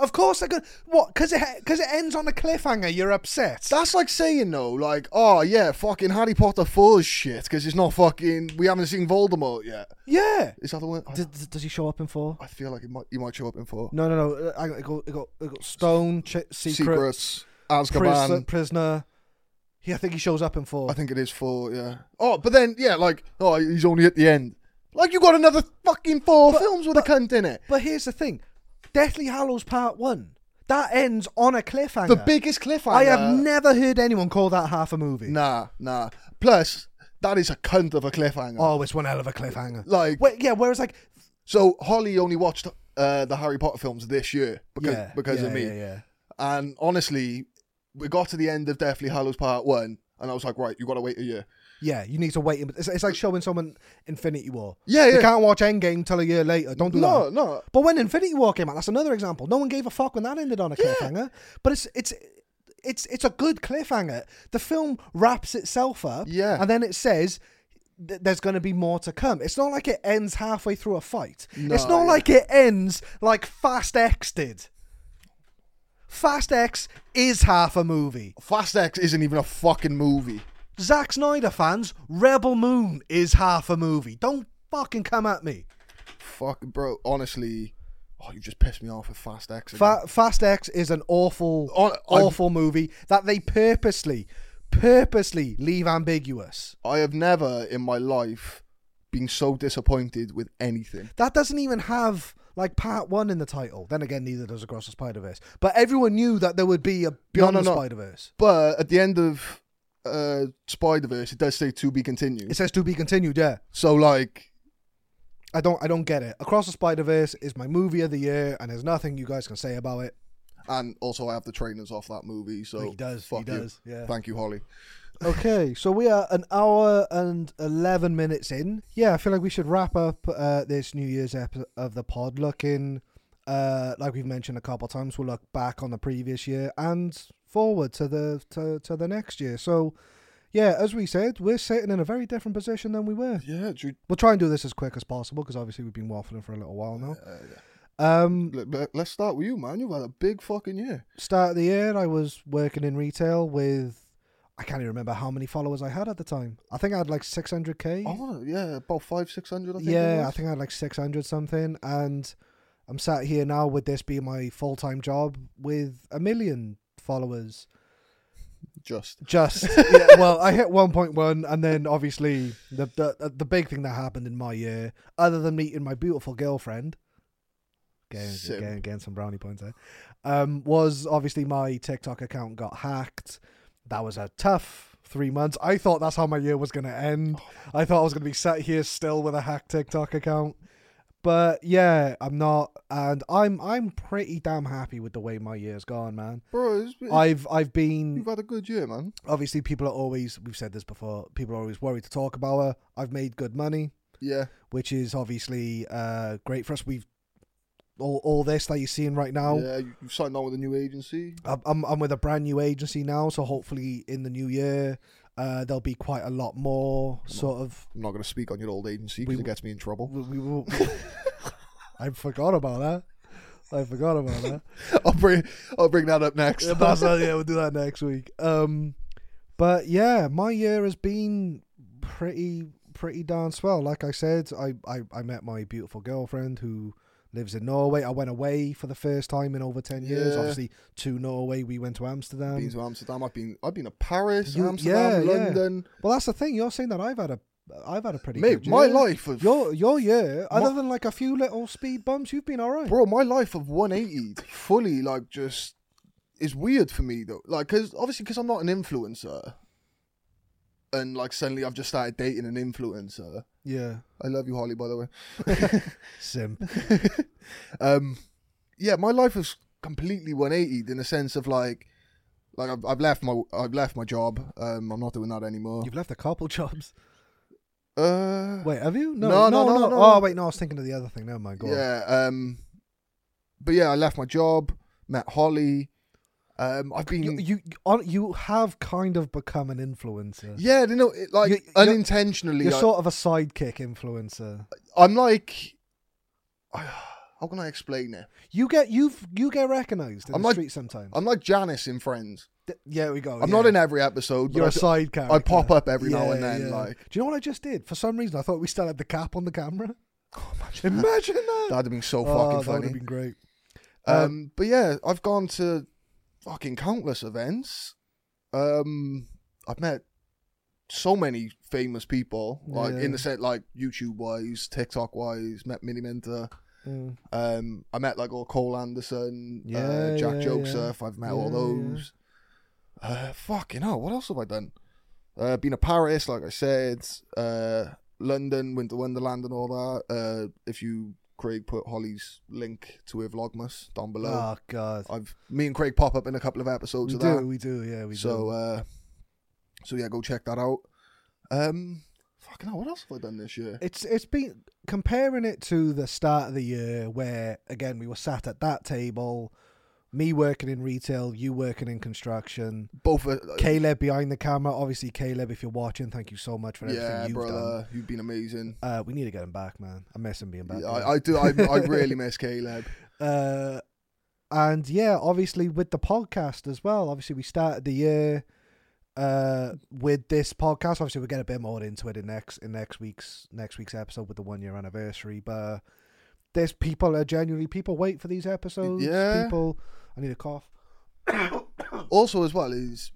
Of course, I could. What? Because it because it ends on a cliffhanger. You're upset. That's like saying though, like, oh yeah, fucking Harry Potter four is shit because it's not fucking. We haven't seen Voldemort yet. yeah. Is that the one? I, Does, does he show up in four? I feel like it might. You might show up in four. No, no, no. I got, I got, I got, I got Stone, Ch- Secret, Secrets, Azkaban. Pris- prisoner. He, I think he shows up in four. I think it is four. Yeah. Oh, but then yeah, like, oh, he's only at the end. Like you got another fucking four films with a cunt in it. but here's the thing: Deathly Hallows Part One that ends on a cliffhanger. The biggest cliffhanger. I have never heard anyone call that half a movie. nah, nah. Plus, that is a cunt of a cliffhanger. Oh, it's one hell of a cliffhanger. Like- Wait, yeah. Whereas, like, So Holly only watched uh, the Harry Potter films this year because yeah, because yeah, of me. Yeah, yeah. And honestly, we got to the end of Deathly Hallows Part One, and I was like, right, you got to wait a year. Yeah, you need to wait. in- It's, it's like showing someone Infinity War. Yeah, You yeah. can't watch Endgame till a year later. Don't do no, that. no. But when Infinity War came out, that's another example. No one gave a fuck when that ended on a cliffhanger. But it's it's it's it's a good cliffhanger. The film wraps itself up, Yeah. and then it says th- there's going to be more to come. It's not like it ends halfway through a fight. it's No, not yeah. like it ends like Fast X did. Fast X is half a movie. Fast X isn't even a fucking movie. Zack Snyder fans, Rebel Moon is half a movie. Don't fucking come at me. Fuck, bro. Honestly, oh, you just pissed me off with Fast X. again. Fa- Fast X is an awful, On- I'm- awful movie that they purposely, purposely leave ambiguous. I have never in my life been so disappointed with anything. That doesn't even have like part one in the title. Then again, neither does Across the Spider Verse. But everyone knew that there would be a Beyond no, the no. Spider Verse. But at the end of uh, Spider Verse, it does say to be continued. It says to be continued. Yeah, So like, I don't, I don't get it. Across the Spider Verse is my movie of the year, and there's nothing you guys can say about it. and also I have the trainers off that movie. So He does, he Fuck you. does, yeah. Thank you, Holly. Okay, so we are an hour and 11 minutes in. Yeah, I feel like we should wrap up uh, this New Year's episode of the pod looking, uh, like we've mentioned a couple times, we'll look back on the previous year and forward to the to, to the next year. So, yeah, as we said, we're sitting in a very different position than we were. Yeah, do you- We'll try and do this as quick as possible because obviously we've been waffling for a little while now. uh, yeah. Um, Let- let- Let's start with you, man. You've had a big fucking year. start of the year, I was working in retail with, I can't even remember how many followers I had at the time. I think I had like 600k. Oh, yeah, about five, six hundred. I think. it yeah, I was. think I had like 600 something. And I'm sat here now with this being my full time job with a million followers. Just Just yeah, well, I hit one point one, and then obviously the, the the big thing that happened in my year, other than meeting my beautiful girlfriend, again, Sim. again, again some brownie points there, um, was obviously my TikTok account got hacked. That was a tough three months. I thought that's how my year was going to end. I thought I was going to be sat here still with a hacked TikTok account. But yeah, I'm not, and I'm I'm pretty damn happy with the way my year's gone, man. bro, it's, it's, I've I've been you've had a good year, man. obviously people are always we've said this before people are always worried to talk about her i've made good money Yeah, which is obviously uh great for us we've all, all this that you're seeing right now yeah. You, you've signed on with a new agency. I'm- I'm, I'm with a brand new agency now so hopefully in the new year uh there'll be quite a lot more sort of I'm not going to speak on your old agency We- because it gets me in trouble. we, we will i forgot about that i forgot about that I'll bring I'll bring that up next. Yeah, that's not- yeah, we'll do that next week. Um, but yeah, my year has been pretty pretty darn swell. Like I said, I, I, I met my beautiful girlfriend who lives in Norway. I went away for the first time in over ten years. Yeah. Obviously, to Norway, we went to Amsterdam. been to Amsterdam. I've been I've been to Paris, You- Amsterdam, yeah, yeah. London. Well, that's the thing. You're saying that I've had a I've had a pretty Mate, good my year. life of Your your year, My- other than like a few little speed bumps, you've been all right. bro, my life of 180 fully like just is weird for me though. Like, cause obviously, cause I'm not an influencer, and like suddenly I've just started dating an influencer. Yeah, I love you, Holly, by the way. simp. um, yeah, my life was completely 180 in the sense of like, like I've, I've left my I've left my job. Um, I'm not doing that anymore. You've left a couple jobs. Uh, Wait, have you? No, no, no, no. Oh, wait, no. I was thinking of the other thing. Never mind. Go on. yeah. Um, but yeah, I left my job. Met Holly. Um, I've been. you you on, you have kind of become an influencer. yeah, you know, it, like You- you're- unintentionally, You're I- sort of a sidekick influencer. I'm like, how can I explain it? You get you've you get recognised in I'm the like- street sometimes. I'm like Janice in Friends. Th- yeah, we go. I'm Oh, yeah. not in every episode, but You're I a do- side character. I pop up every now and Yeah, then. yeah. Like, do you know what I just did? For some reason, I thought we still had the cap on the camera. Imagine that. that'd have been so Oh, fucking that would funny. have been great. Um, but yeah, I've gone to fucking countless events. Um, I've met so many famous people, like Yeah. in the set, like YouTube wise, TikTok wise. Met Mini Mentor. Mm. Um, I met like all Cole Anderson, Yeah, uh, Jack yeah, Joseph. I've met all Yeah, yeah. those. Uh, fucking hell, what else have I done? Uh, been to Paris, like I said, uh, London, Winter Wonderland, and all that. Uh, if you, Craig, put Holly's link to her Vlogmas down below. Oh God, I've me and Craig pop up in a couple of episodes we of do, that. we do, yeah, we so do. uh so yeah, go check that out. Um fucking hell, what else have I done this year? It's it's been comparing it to the start of the year where again we were sat at that table, me working in retail, you working in construction, Both uh, Caleb behind the camera. Obviously, Caleb, if you're watching, thank you so much for everything yeah, you've done. brother, you've been amazing. Uh, we need to get him back, man. I miss him being back. Yeah, I, I do. I, I really miss Caleb. uh, and yeah, obviously with the podcast as well. Obviously, we started the year uh with this podcast obviously we'll get a bit more into it in next in next week's next week's episode with the one year anniversary but there's people are genuinely people wait for these episodes Yeah. people i need a cough Also, as well is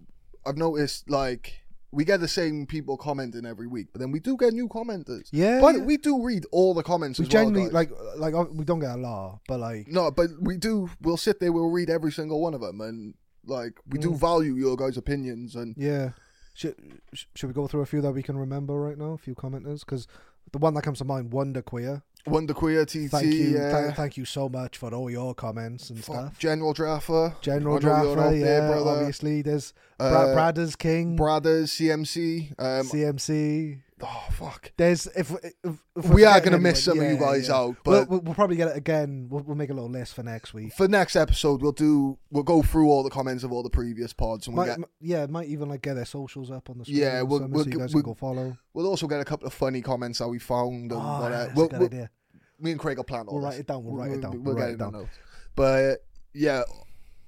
I've noticed like we get the same people commenting every week, but then we do get new commenters. yeah but yeah. we do read all the comments. we as well, genuinely guys. like like uh, we don't get a lot but like No, but we do. We'll sit there. We'll read every single one of them, and like we do Mm. value your guys' opinions. And Yeah. Should, sh- should we go through a few that we can remember right now? A few commenters? Because the one that comes to mind, Wonder Queer. Wonder Queer TT, Thank you. tha- yeah, thank you so much for all your comments and Fuck, stuff. General Jaffa, General I know you're Jaffa, out yeah, there, brother. obviously. There's Bra- uh, Bradders King, Bradders, CMC. Um, CMC. oh fuck, There's if, if, if we're we are forgetting gonna anyone, miss some of you yeah, guys yeah. out, We'll- but we'll, we'll probably get it again. We'll, we'll make a little list for next week. for next episode, we'll do. We'll go through all the comments of all the previous pods, and we'll Might, get. m- yeah, might even like get their socials up on the screen. Yeah, or we'll- something we'll so you g- guys we'll- can go follow. We'll also get a couple of funny comments that we found, and Oh, whatever. that's uh, We'll, a good we'll- idea. me and Craig will plan all We'll this. write it down. We'll write it down. We'll write get it it in down. the notes. But yeah,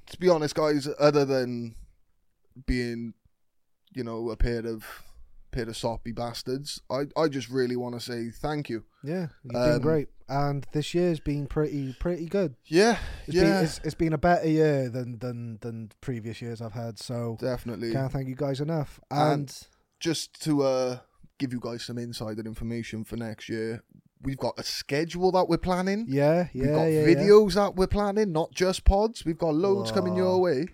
to be honest, guys, other than being, you know, a pair of pair of soppy bastards. I, I just really want to say thank you. Yeah, you've Um, been great, and this year's been pretty pretty good. Yeah, It's yeah, been, it's, it's been a better year than than than previous years I've had. So definitely. can't thank you guys enough. And- And, Just to uh, give you guys some insider information for next year, we've got a schedule that we're planning. yeah, yeah, we've got yeah, yeah. videos that we're planning, not just pods. We've got loads coming your Wow. way.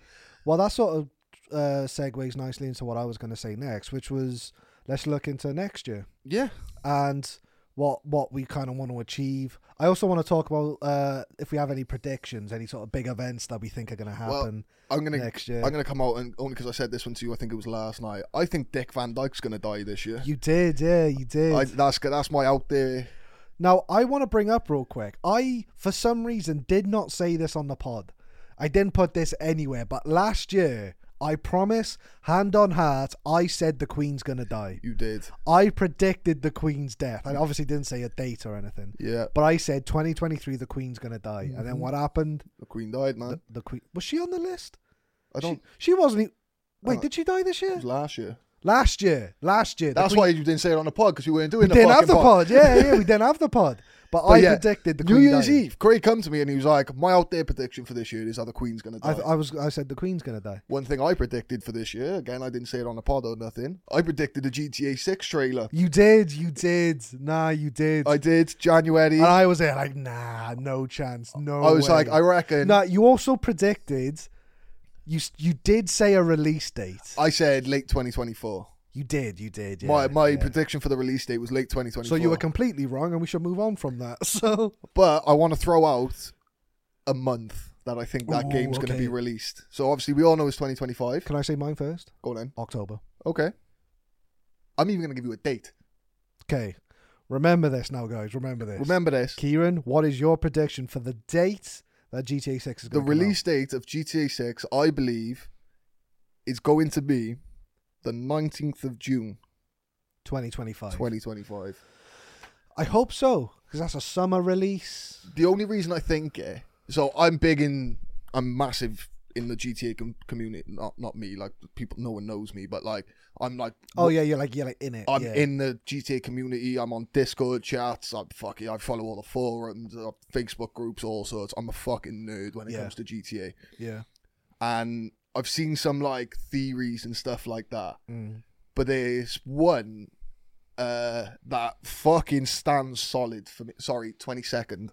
Well, that sort of uh, segues nicely into what I was going to say next, which was let's look into next year Yeah, and what what we kind of want to achieve. I also want to talk about uh, if we have any predictions, any sort of big events that we think are going to Well, happen I'm gonna next year. I'm gonna come out and only because I said this one to you. I think it was last night. I think Dick Van Dyke's gonna die this year. You did, yeah, you did. I, that's that's my out there. Now, I want to bring up real quick. I, for some reason, did not say this on the pod. I didn't put this anywhere, but last year, I promise, hand on heart, I said the Queen's going to die. You did. I predicted the Queen's death. I obviously didn't say a date or anything, Yeah, but I said 2023, the Queen's going to die. And Mm-hmm. then what happened? the Queen died, man. The Queen. Was she on the list? I don't. She, she wasn't. e- Wait, Uh, did she die this It year? was last year. Last year. Last year. the That's Queen- why you didn't say it on the pod because we weren't doing we the didn't have fucking the pod. Yeah, yeah, we didn't have the pod. But, But I yeah, predicted the New Queen Year's died. Eve, Craig come to me and he was like, "My out there prediction for this year is that the Queen's gonna die." I, I was I said the Queen's gonna die. One thing I predicted for this year, again, I didn't say it on the pod or nothing. I predicted a GTA Six trailer. You did, you did. Nah, you did. I did January. and I was there like, nah, no chance, no. I was way. like, I reckon. Nah, you also predicted. You s- you did say a release date. I said late 2024. You did, you did. Yeah, my my yeah. prediction for the release date was late 2024. So you were completely wrong, and we should move on from that. So but I want to throw out a month that I think that Ooh, game's going to okay. be released. So obviously we all know it's 2025. can I say mine first? Go on then. October. Okay. I'm even going to give you a date. Okay, remember this now, guys. Remember this. Remember this. Kieran, what is your prediction for the date that GTA Six is The going to release date of GTA 6, I believe, is going to be the 19th of June, Twenty twenty five. 2025. I hope so, because that's a summer release. The only reason I think it, so I'm big in, I'm massive in the GTA com- community. Not not me, like people, no one knows me, but like I'm like, Oh yeah, you're like you're like in it. I'm yeah. in the GTA community. I'm on Discord chats. I'm fucking, I follow all the forums, uh, Facebook groups, all sorts. I'm a fucking nerd when it Yeah. comes to GTA, Yeah. and I've seen some like theories and stuff like that. Mm. but there's one uh, that fucking stands solid for me. Sorry, 22nd.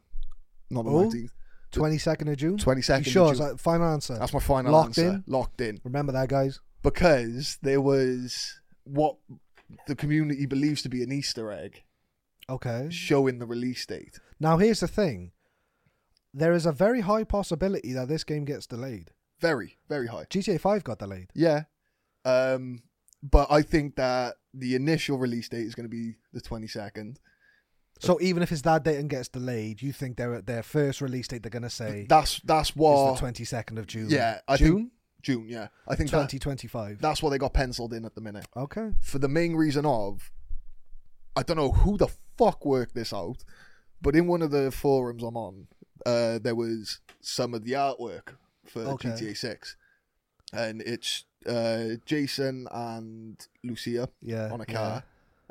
Not the Oh? 19th. 22nd of June. 22nd. You of sure? Is June. that final answer. That's my final Locked answer. in? Locked in. Remember that, guys. Because there was what the community believes to be an Easter egg Okay. showing the release date. Now here's the thing. There is a very high possibility that this game gets delayed. Very, very high. GTA Five got delayed. Yeah. Um, but I think that the initial release date is going to be the 22nd. So even if it's that date and gets delayed, you think they're at their first release date they're gonna say That's that's is the what twenty second of June. oh, Yeah, I think June June, yeah. I think that, twenty twenty five. that's what they got penciled in at the minute. Okay. for the main reason of I don't know who the fuck worked this out, but in one of the forums I'm on, uh, there was some of the artwork for Okay. GTA Six, and it's uh, Jason and Lucia Yeah. on a yeah. car,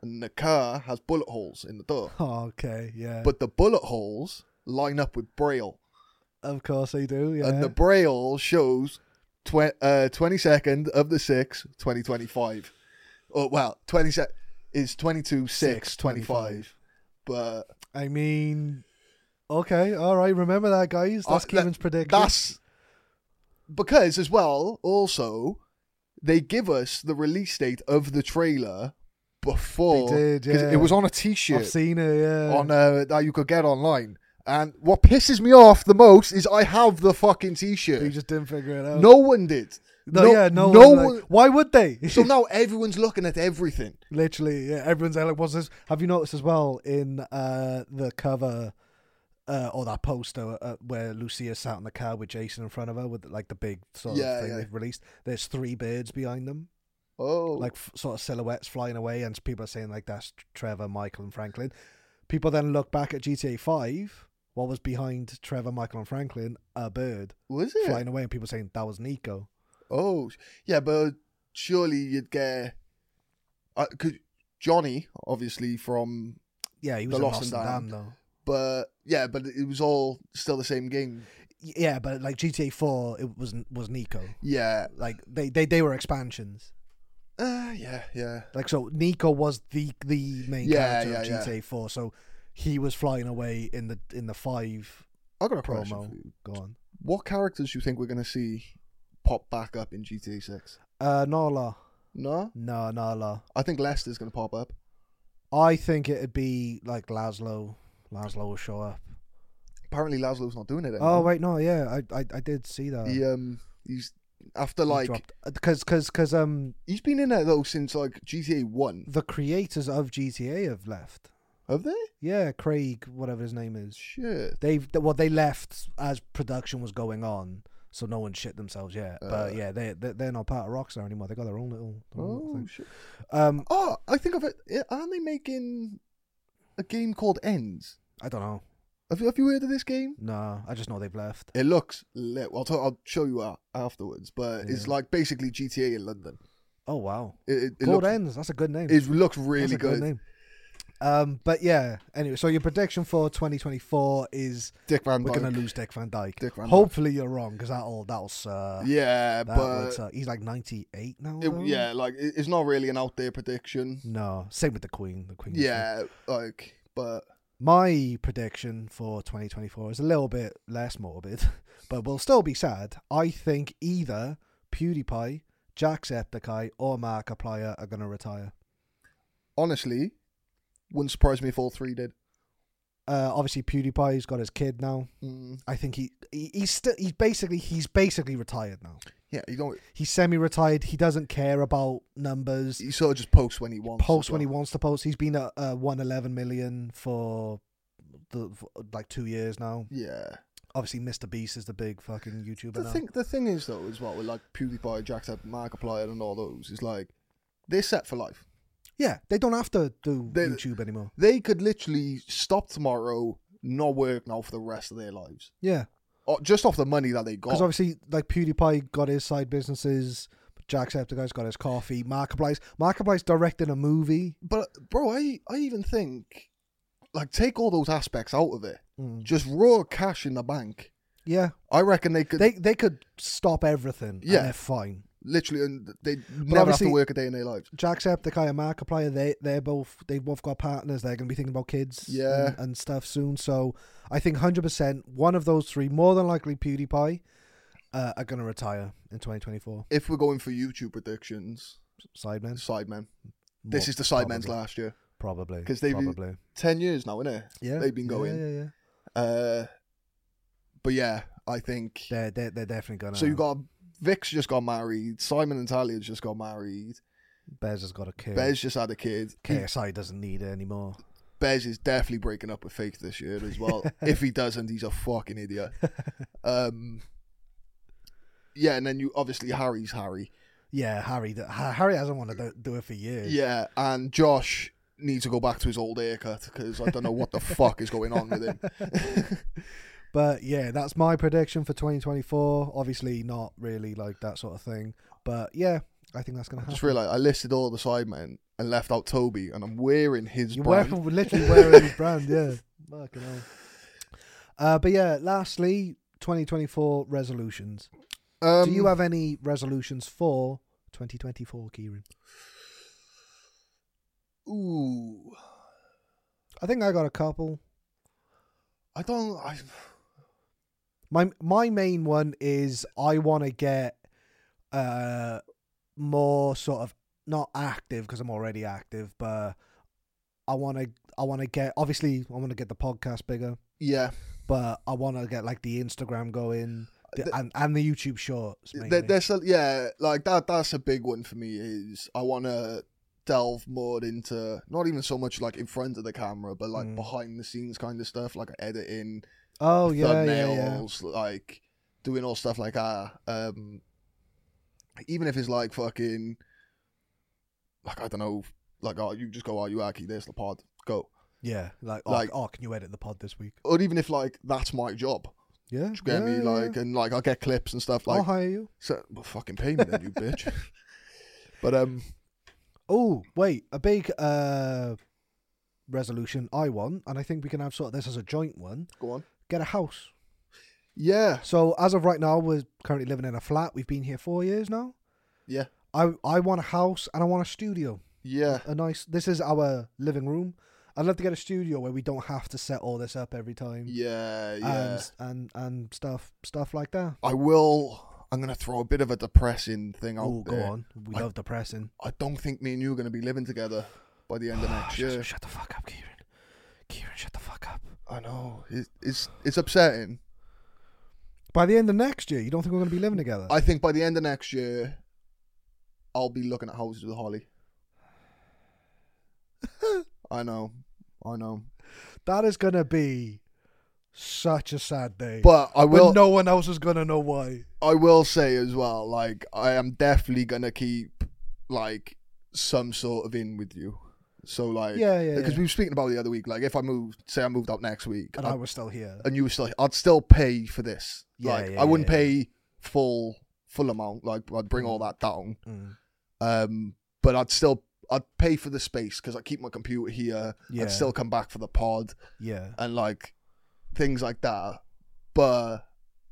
and the car has bullet holes in the door, okay. Yeah. but the bullet holes line up with braille, of course they do. Yeah. and Uh, the braille shows tw- uh, 22nd of the 6th, 2025. Oh, well, 20 se- is 22 6 Six, 25. 25. But I mean, okay, all right. Remember that, guys. Uh, That's that- Kieran's prediction. that's because, as well, also, they give us the release date of the trailer before They did, 'cause yeah. it was on a I've t-shirt seen it. Yeah. on uh, that you could get online. And what pisses me off the most is I have the fucking t-shirt. you just didn't figure it out. no one did. no, yeah, no, no one, like- why would they? So now everyone's looking at everything. Literally, yeah. Everyone's like, "What's this?" Have you noticed as well in uh the cover? Uh, or that poster uh, where Lucia sat in the car with Jason in front of her with like the big sort Yeah, of thing yeah. they've released. There's three birds behind them, Oh, like f- sort of silhouettes flying away, and people are saying like that's Trevor, Michael, and Franklin. People then look back at GTA Five. What was behind Trevor, Michael, and Franklin? A bird was it? flying away, and people saying that was Nico. Oh, yeah, but surely you'd get. I could Johnny, obviously from, Yeah, he was The in Lost Lost and and Damned though. but yeah, but it was all still the same game. Yeah, but like GTA Four, it was was Nico. Yeah, Like they they, they were expansions. uh, yeah, yeah. Like so, Nico was the the main Yeah, character yeah, of yeah. GTA Four. So he was flying away in the in the five I got a question. promo. For you. Go on. What characters do you think we're gonna see pop back up in GTA Six? Uh, Nala. No, No, Nala. I think Lester's gonna pop up. I think it'd be like Laszlo. Laszlo will show up. Apparently, Laszlo's not doing it Oh anymore. wait, no, yeah, I I, I did see that. uh, he um, he's after like because because because um he's been in there though since like GTA One, the creators of GTA have left. have they? Yeah, Craig, whatever his name is, Shit. they've well they left as production was going on, so no one shit themselves yet. Uh. but yeah, they they- they're not part of Rockstar anymore. They got their own little, their own little Oh thing. shit. Um, Oh, I think of it. yeah, Aren't they making a game called Ends? I don't know. Have you, have you heard of this game? No, I just know they've left. It looks lit. Well, I'll, t- I'll show you a- afterwards, but it's Yeah. like basically GTA in London. Oh wow, It, it, it, Gold looks, Ends. That's a good name. it looks That's really a good, good. name. Um, but yeah. Anyway, so your prediction for 2024 is Dick Van we're gonna Dyke. lose Dick Van Dyke. Dick Van Dyke. Hopefully you're wrong because that'll that'll suck. uh, Yeah, That but would suck. he's like 98 now. it, though? yeah, like it, it's not really an out there prediction. No, same with the Queen. The Queen. is dead. Yeah, like, but My prediction for 2024 is a little bit less morbid, but we'll still be sad. I think either PewDiePie, Jacksepticeye, or Markiplier are gonna retire. honestly, wouldn't surprise me if all three did. Uh, obviously PewDiePie's got his kid now. Mm, I think he, he he's still he's basically he's basically retired now. yeah, you don't. He's semi-retired. He doesn't care about numbers. He sort of just posts when he wants. as Posts when he well. wants to post. He's been at uh, 111 million for the for like two years now. Yeah. Obviously, Mr. Beast is the big fucking YouTuber The now. thing, the thing is though, as well, with like PewDiePie, Jacksepticeye, Markiplier, and all those, is like they're set for life. Yeah, they don't have to do They- YouTube anymore. They could literally stop tomorrow, not work now for the rest of their lives, Yeah, or just off the money that they because got. obviously, like PewDiePie got his side businesses. Jacksepticeye's got his coffee. Markiplier's Markiplier's directing a movie. but bro, I, I even think, like, take all those aspects out of it, Mm. just raw cash in the bank. Yeah, I reckon they could they they could stop everything. Yeah, Yeah. and they're fine. literally, and they never have obviously- to work a day in their lives. Jacksepticeye and Markiplier, they they're both they've both got partners. They're going to be thinking about kids, Yeah. and, and stuff soon. So I think hundred percent, one of those three, more than likely PewDiePie, uh, are going to retire in twenty twenty four. If we're going for YouTube predictions, Sidemen, Sidemen. This Well, is the Sidemen's probably. last year. probably 'Cause they've- probably Ten years now, innit? yeah they've been going. Yeah, yeah, yeah. Uh, but yeah, I think. They're, they're they're definitely going to. So you got Vic's just got married. Simon and Talia's just got married. Bez has got a kid. Bez just had a kid. He- KSI doesn't need it anymore. Bez is definitely breaking up with Faith this year as well. if he doesn't, he's a fucking idiot. Um, yeah, and then you obviously Harry's Harry. Yeah, Harry. th- Ha- Harry hasn't wanted to do it for years. Yeah, and Josh needs to go back to his old haircut because I don't know what the fuck is going on with him. But yeah, that's my prediction for 2024. Obviously, not really like that sort of thing. But yeah, I think that's going to happen. Just realized I listed all the sidemen and left out Toby, and I'm wearing his You're brand. wearing, literally wearing his brand, yeah. Fucking hell. Uh, but yeah, lastly, 2024 resolutions. Um, Do you have any resolutions for 2024, Kieran? Ooh, I think I got a couple. I don't. I, My my main one is I want to get uh more sort of not active because I'm already active, but I want to I want to get obviously I want to get the podcast bigger, yeah, but I want to get like the Instagram going the, Th- and and the YouTube shorts. mainly. there, there's a, yeah, like that. That's a big one for me. Is I want to delve more into not even so much like in front of the camera, but like Mm. behind the scenes kind of stuff, like editing, oh yeah, yeah, yeah. thumbnails, like doing all stuff like that. Um, even if it's like fucking, like I don't know, like oh, you just go, oh, you Aki, there's the pod, go. Yeah, like oh, Like- oh, can you edit the pod this week? Or even if like that's my job, Yeah, do you get yeah, Oh, me? yeah, Like yeah. and like I'll get clips and stuff like. I'll hire you. So, well, fucking pay me then, you bitch. But um, Oh, wait, a big uh resolution I want, and I think we can have sort of this as a joint one. Go on. Get a house. Yeah. So as of right now, we're currently living in a flat. We've been here four years now. Yeah. I I want a house and I want a studio. Yeah. A nice. This is our living room. I'd love to get a studio where we don't have to set all this up every time. Yeah. Yeah. And, and and stuff stuff like that. I will. I'm gonna throw a bit of a depressing thing out Oh, go there. on. We I- love depressing. I don't think me and you are gonna be living together by the end of next year. Ah, shut, shut the fuck up, Kieran. Kieran, shut the fuck up. I know. It, it's it's upsetting. By the end of next year, you don't think we're going to be living together? I think by the end of next year, I'll be looking at houses with Holly. I know. I know. that is going to be such a sad day. But I When will. no one else is going to know why. I will say as well. Like I am definitely gonna keep like some sort of in with you. So like Yeah, yeah, because yeah. we were speaking about it the other week. Like if I moved, say I moved out next week, And I'd I was still here. and you were still I'd still pay for this. Yeah, like yeah, I wouldn't yeah, yeah. pay full full amount. Like I'd bring all that down. Mm. Um, but I'd still I'd pay for the space because I keep my computer here. Yeah. I'd still come back for the pod Yeah. and like things like that. But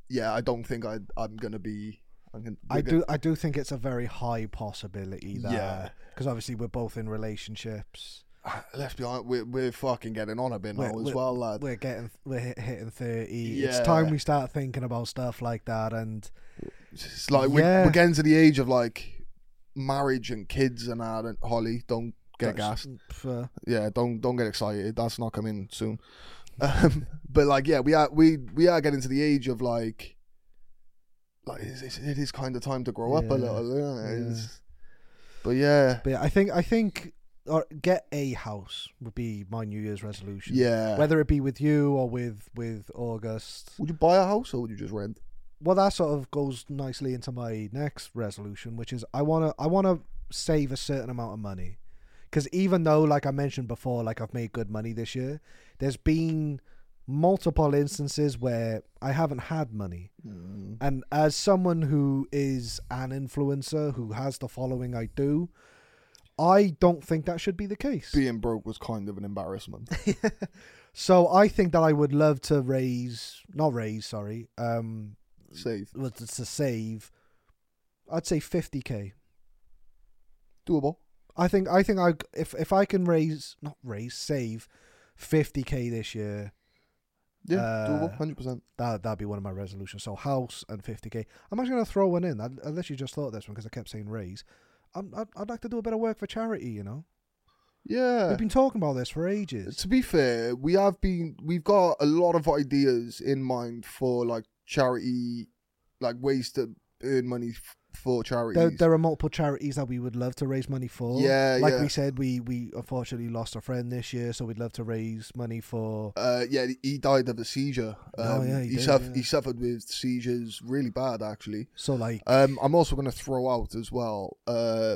yeah, I don't think I I'm gonna be. I'm gonna, I we're do. I do think it's a very high possibility that. Yeah. Because obviously we're both in relationships. gonna- Let's be honest, we're we're fucking getting on a bit now We're- as we're- well, lad. We're getting. We're hit, hitting thirty. It's Yeah. time we start thinking about stuff like that. And It's like we- Yeah. we're getting to the age of like marriage and kids and that. And Holly, don't get gassed. That's- uh, yeah, don't don't get excited. That's not coming soon. Um, but like, yeah, we are we we are getting to the age of like, like it's, it's, it is kind of time to grow up Yeah. a little. Isn't it? Yeah. It's- but yeah, But yeah, I think I think or get a house would be my New Year's resolution. yeah. Whether it be with you or with with August. would you buy a house or would you just rent? Well, that sort of goes nicely into my next resolution, which is I wanna I wanna save a certain amount of money. Because even though, like I mentioned before, like I've made good money this year, there's been multiple instances where I haven't had money. And as someone who is an influencer who has the following I do, I don't think that should be the case. Being broke was kind of an embarrassment. So I think that I would love to raise, not raise, sorry, um, Save was to to save. I'd say fifty k. doable. I think I think I if if I can raise not raise save fifty k this year, Yeah, Uh, doable, hundred percent. that that'd be one of my resolutions. So house and fifty k. I'm actually gonna throw one in. I, I literally just thought of this one because I kept saying raise. I'm, I'd, I'd like to do a bit of work for charity. You know, Yeah. we've been talking about this for ages. To be fair, we have been we've got a lot of ideas in mind for like charity, like ways to earn money f- for charities. There, there are multiple charities that we would love to raise money for. Yeah, like yeah. we said, we we unfortunately lost a friend this year, so we'd love to raise money for. Uh, yeah, he died of a seizure. Um, Oh, yeah, he he, did, suff- yeah. he suffered with seizures really bad, actually. So like, Um, I'm also going to throw out as well uh,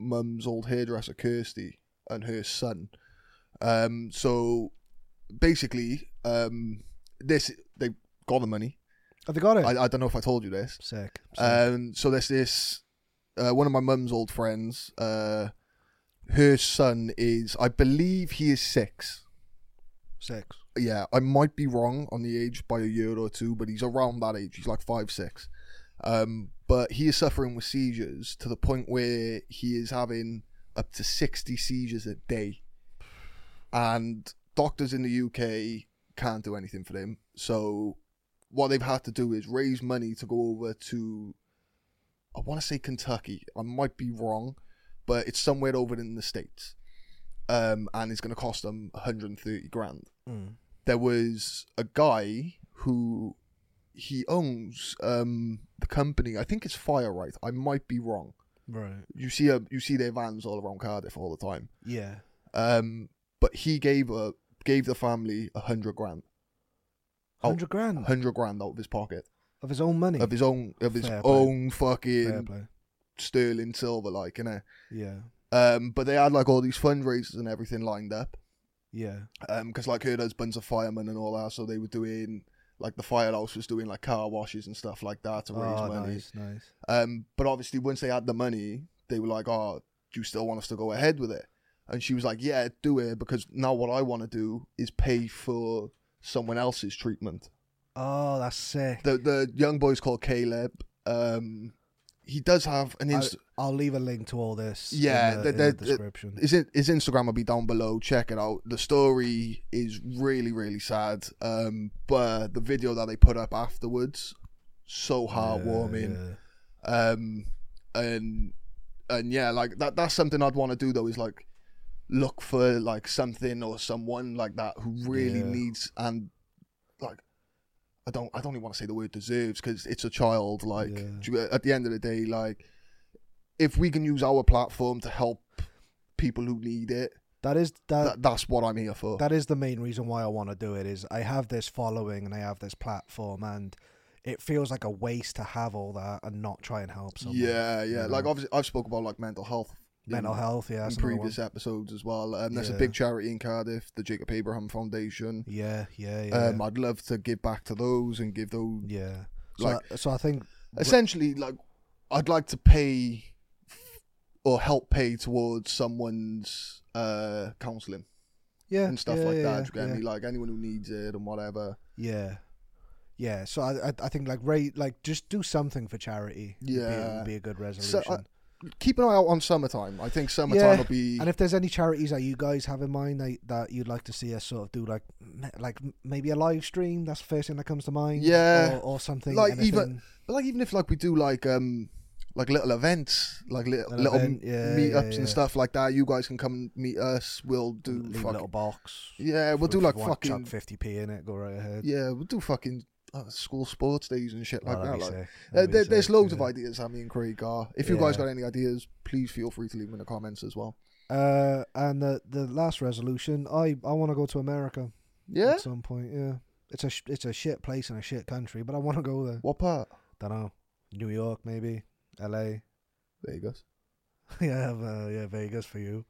mum's old hairdresser, Kirsty, and her son. Um, so basically, um, this they got the money. have they got it? I, I don't know if I told you this. sick. sick. Um, so there's this uh, one of my mum's old friends. Uh, her son is, I believe, he is six. six. yeah, I might be wrong on the age by a year or two, but he's around that age. He's like five, six. Um, but he is suffering with seizures to the point where he is having up to 60 seizures a day. And doctors in the UK can't do anything for him. So what they've had to do is raise money to go over to, I want to say Kentucky. I might be wrong, but it's somewhere over in the States. Um, and it's going to cost them 130 grand Mm. there was a guy who he owns um the company. I think it's Firelight. I might be wrong. Right. You see a you see their vans all around Cardiff all the time. Yeah. Um, but he gave a gave the family a hundred grand, Oh, Hundred grand hundred grand out of his pocket of his own money. of his own of his Fair play. own Fair fucking play. sterling silver, like you know. Yeah. Um, but they had like all these fundraisers and everything lined up. Yeah. Um, because like her bunch of firemen and all that, so they were doing like the firehouse was doing like car washes and stuff like that to raise Oh, money. nice, nice. Um, but obviously, once they had the money, they were like, "Oh, do you still want us to go ahead with it? And she was like, yeah, do it because now what I want to do is pay for someone else's treatment. Oh, that's sick. The the young boy's called Caleb. Um, he does have an inst- I, will leave a link to all this. Yeah, in the, the- in the the- the- description. his, in- his Instagram will be down below. Check it out. The story is really, really sad. Um, but the video that they put up afterwards, so heartwarming. Yeah, yeah. Um, and and yeah, like that. That's something I'd want to do though. Is like look for like something or someone like that who really Yeah. needs and like I don't I don't even want to say the word deserves because it's a child. Like Yeah. do you- at the end of the day, like if we can use our platform to help people who need it, That is that, that, that's what I'm here for. that is the main reason why I want to do it is I have this following and I have this platform and it feels like a waste to have all that and not try and help someone. yeah, yeah. you Like know. obviously, I've spoke about like mental health. in- Mental health, yeah. in that's another one. previous episodes as well. Um, there's Yeah. a big charity in Cardiff, the Jacob Abraham Foundation. Yeah, yeah, yeah. Um, I'd love to give back to those and give those. yeah. So, like- I, so I think Essentially, like I'd like to pay or help pay towards someone's uh, counselling yeah and stuff yeah, like yeah, that. yeah, do you get yeah. me? Like anyone who needs it and whatever. Yeah. Yeah, so I, I I think like Ray like just do something for charity. would be- Yeah. uh, would be, a good resolution. Keep an eye out on summertime. I think summertime Yeah, will be. and if there's any charities that you guys have in mind that, that you'd like to see us sort of do like m- like m- maybe a live stream, that's the first thing that comes to mind. Yeah. or, or something. Like, anything. even- But like even if like we do like um like little events, like li- An little event, yeah, meetups yeah, yeah. and stuff like that, you guys can come and meet us. We'll do leave a fucking little box. yeah, we'll If do you like want, chuck fucking 50p in it. Go right ahead. yeah, we'll do fucking uh, school sports days and shit like Oh, that'd that. be Like, sick. uh, That'd be there, there's sick, loads yeah. of ideas Sammy and Craig are. If you guys Yeah. got any ideas, please feel free to leave them in the comments as well. Uh, and the the last resolution, I I want to go to America Yeah. at some point. Yeah, it's a sh- it's a shit place and a shit country, but I want to go there. What part? Don't know, New York maybe, L.A. There you go. yeah, uh, yeah, Vegas for you.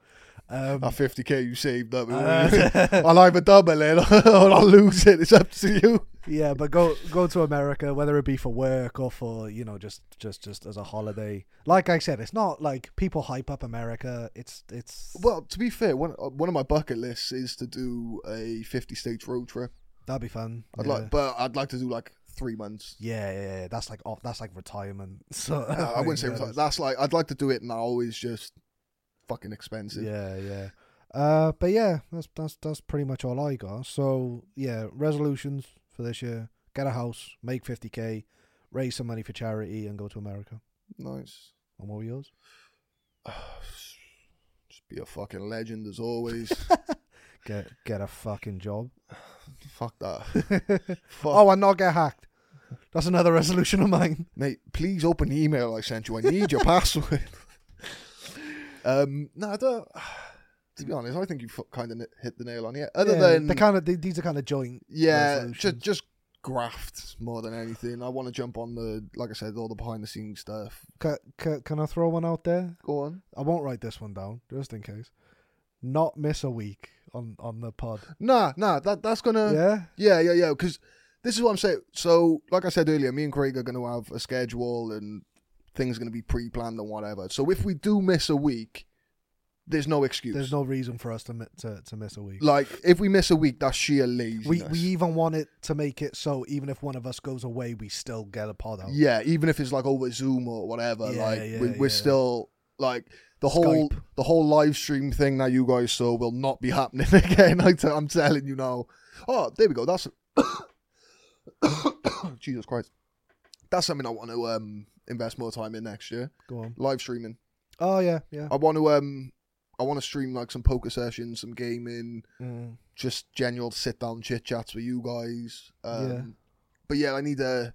Um, That 50k you saved up. uh, I'll either double it or I'll lose it. It's up to you. yeah, but go go to America, whether it be for work or for you know just just just as a holiday. Like I said, it's not like people hype up America. It's it's Well, to be fair, one uh, one of my bucket lists is to do a 50 states road trip. that'd be fun. I'd yeah. like, but I'd like to do like three months. yeah, yeah, yeah, that's like off, that's like retirement. So Uh, I wouldn't say yeah, that's, that's like I'd like to do it now. Is just fucking expensive. Yeah, yeah. Uh, but yeah, that's that's that's pretty much all I got. So yeah, resolutions for this year: get a house, make fifty k, raise some money for charity, and go to America. Nice. And what were yours? Just be a fucking legend as always. Get get a fucking job. Fuck that. Fuck. oh, and not get hacked. That's another resolution of mine. Mate, please open the email I sent you. I need your password. um, no, I don't. To be honest, I think you kind of hit the nail on here. Other Yeah, than the kind of the- these are kind of joint. yeah, just resolutions. just graft more than anything. I want to jump on the like I said, all the behind the scenes stuff. Ca ca can I throw one out there? Go on. I won't write this one down just in case. Not miss a week on on the pod. Nah, nah, that that's gonna yeah. Yeah, yeah, yeah. Because this is what I'm saying. So, like I said earlier, me and Craig are going to have a schedule and things are going to be pre planned and whatever. So, if we do miss a week, there's no excuse. There's no reason for us to mi- to, to miss a week. Like, if we miss a week, that's sheer laziness. We we even want it to make it so even if one of us goes away, we still get a pod out. yeah, even if it's like over Zoom or whatever, Yeah, like, yeah, we, yeah. we're still. Like the whole Skype. the whole live stream thing that you guys saw will not be happening again. I t- I'm telling you now. Oh, there we go. That's Jesus Christ. That's something I want to um invest more time in next year. Go on. live streaming. Oh yeah, yeah. I want to um, I want to stream like some poker sessions, some gaming, Mm. just general sit down chit chats with you guys. Um, Yeah. But yeah, I need to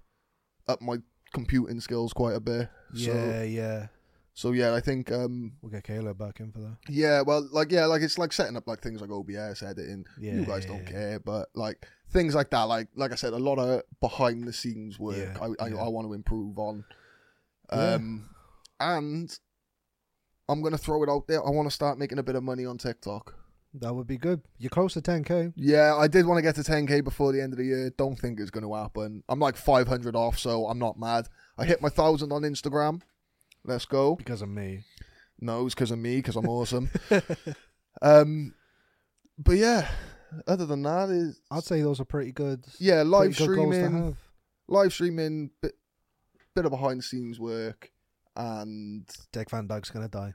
up my computing skills quite a bit. So, Yeah, yeah. so yeah, I think um, We'll get Caleb back in for that. yeah, well, like yeah, like it's like setting up like things like OBS editing. Yeah, you guys yeah, don't yeah. care, but like things like that, like like I said, a lot of behind the scenes work. Yeah, I, I yeah. I want to improve on. Yeah. Um, and I'm gonna throw it out there. I want to start making a bit of money on TikTok. That would be good. You're close to 10k. Yeah, I did want to get to 10k before the end of the year. Don't think it's going to happen. I'm like 500 off, so I'm not mad. I hit my thousand on Instagram. Let's go. Because of me. No, it's because of me, because I'm awesome. um, but yeah, other than that, is I'd say those are pretty good. yeah, pretty live good goals to streaming, have. live streaming, bit, bit of behind the scenes work, and Dick Van Dyke's gonna die.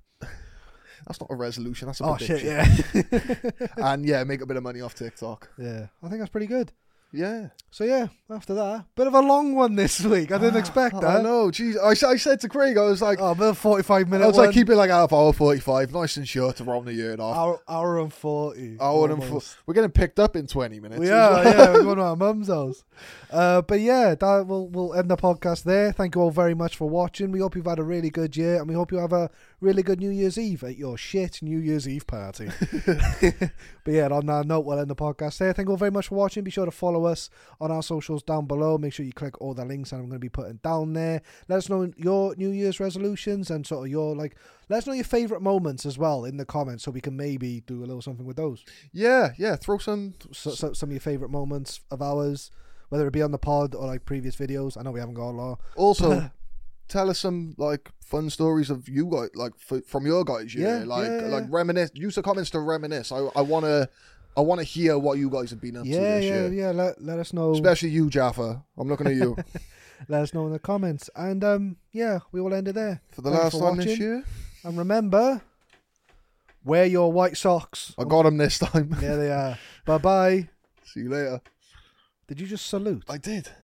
that's not a resolution. That's a Oh prediction. shit! Yeah, and yeah, make a bit of money off TikTok. yeah. I think that's pretty good. Yeah, So yeah, after that, bit of a long one this week. I didn't expect that. Ah, I know. Jeez, I, s- I said to Craig, I was like, Oh, about forty-five I minutes. was like, keep it like half hour forty-five, nice and short, to round the year and off. hour, hour and forty. Hour and four. almost. We're getting picked up in twenty minutes. We as are, well. yeah, we're going to our mum's house. Uh, but yeah, that will we'll end the podcast there. Thank you all very much for watching. We hope you've had a really good year, and we hope you have a really good New Year's Eve at your shit New Year's Eve party. but yeah, on that note, we'll end the podcast there. Thank you all very much for watching. Be sure to follow us on our socials down below. Make sure you click all the links that I'm going to be putting down there. Let us know your New Year's resolutions and sort of your like. Let us know your favorite moments as well in the comments, so we can maybe do a little something with those yeah, yeah. Throw some. so, so, some of your favorite moments of ours, whether it be on the pod or like previous videos. I know we haven't got a lot. Also, tell us some like fun stories of you guys, like f- from your guys. year. Yeah, like yeah, yeah. like reminisce. Use the comments to reminisce. I I wanna I wanna hear what you guys have been up to Yeah, this yeah, year. yeah. Let, let us know. Especially you, Jaffa. I'm looking at you let us know in the comments. And um, yeah, we will end it there. for the Thanks last for time this watching. year. And remember, wear your white socks. I got him this time. There they are. bye bye. See you later. Did you just salute? I did.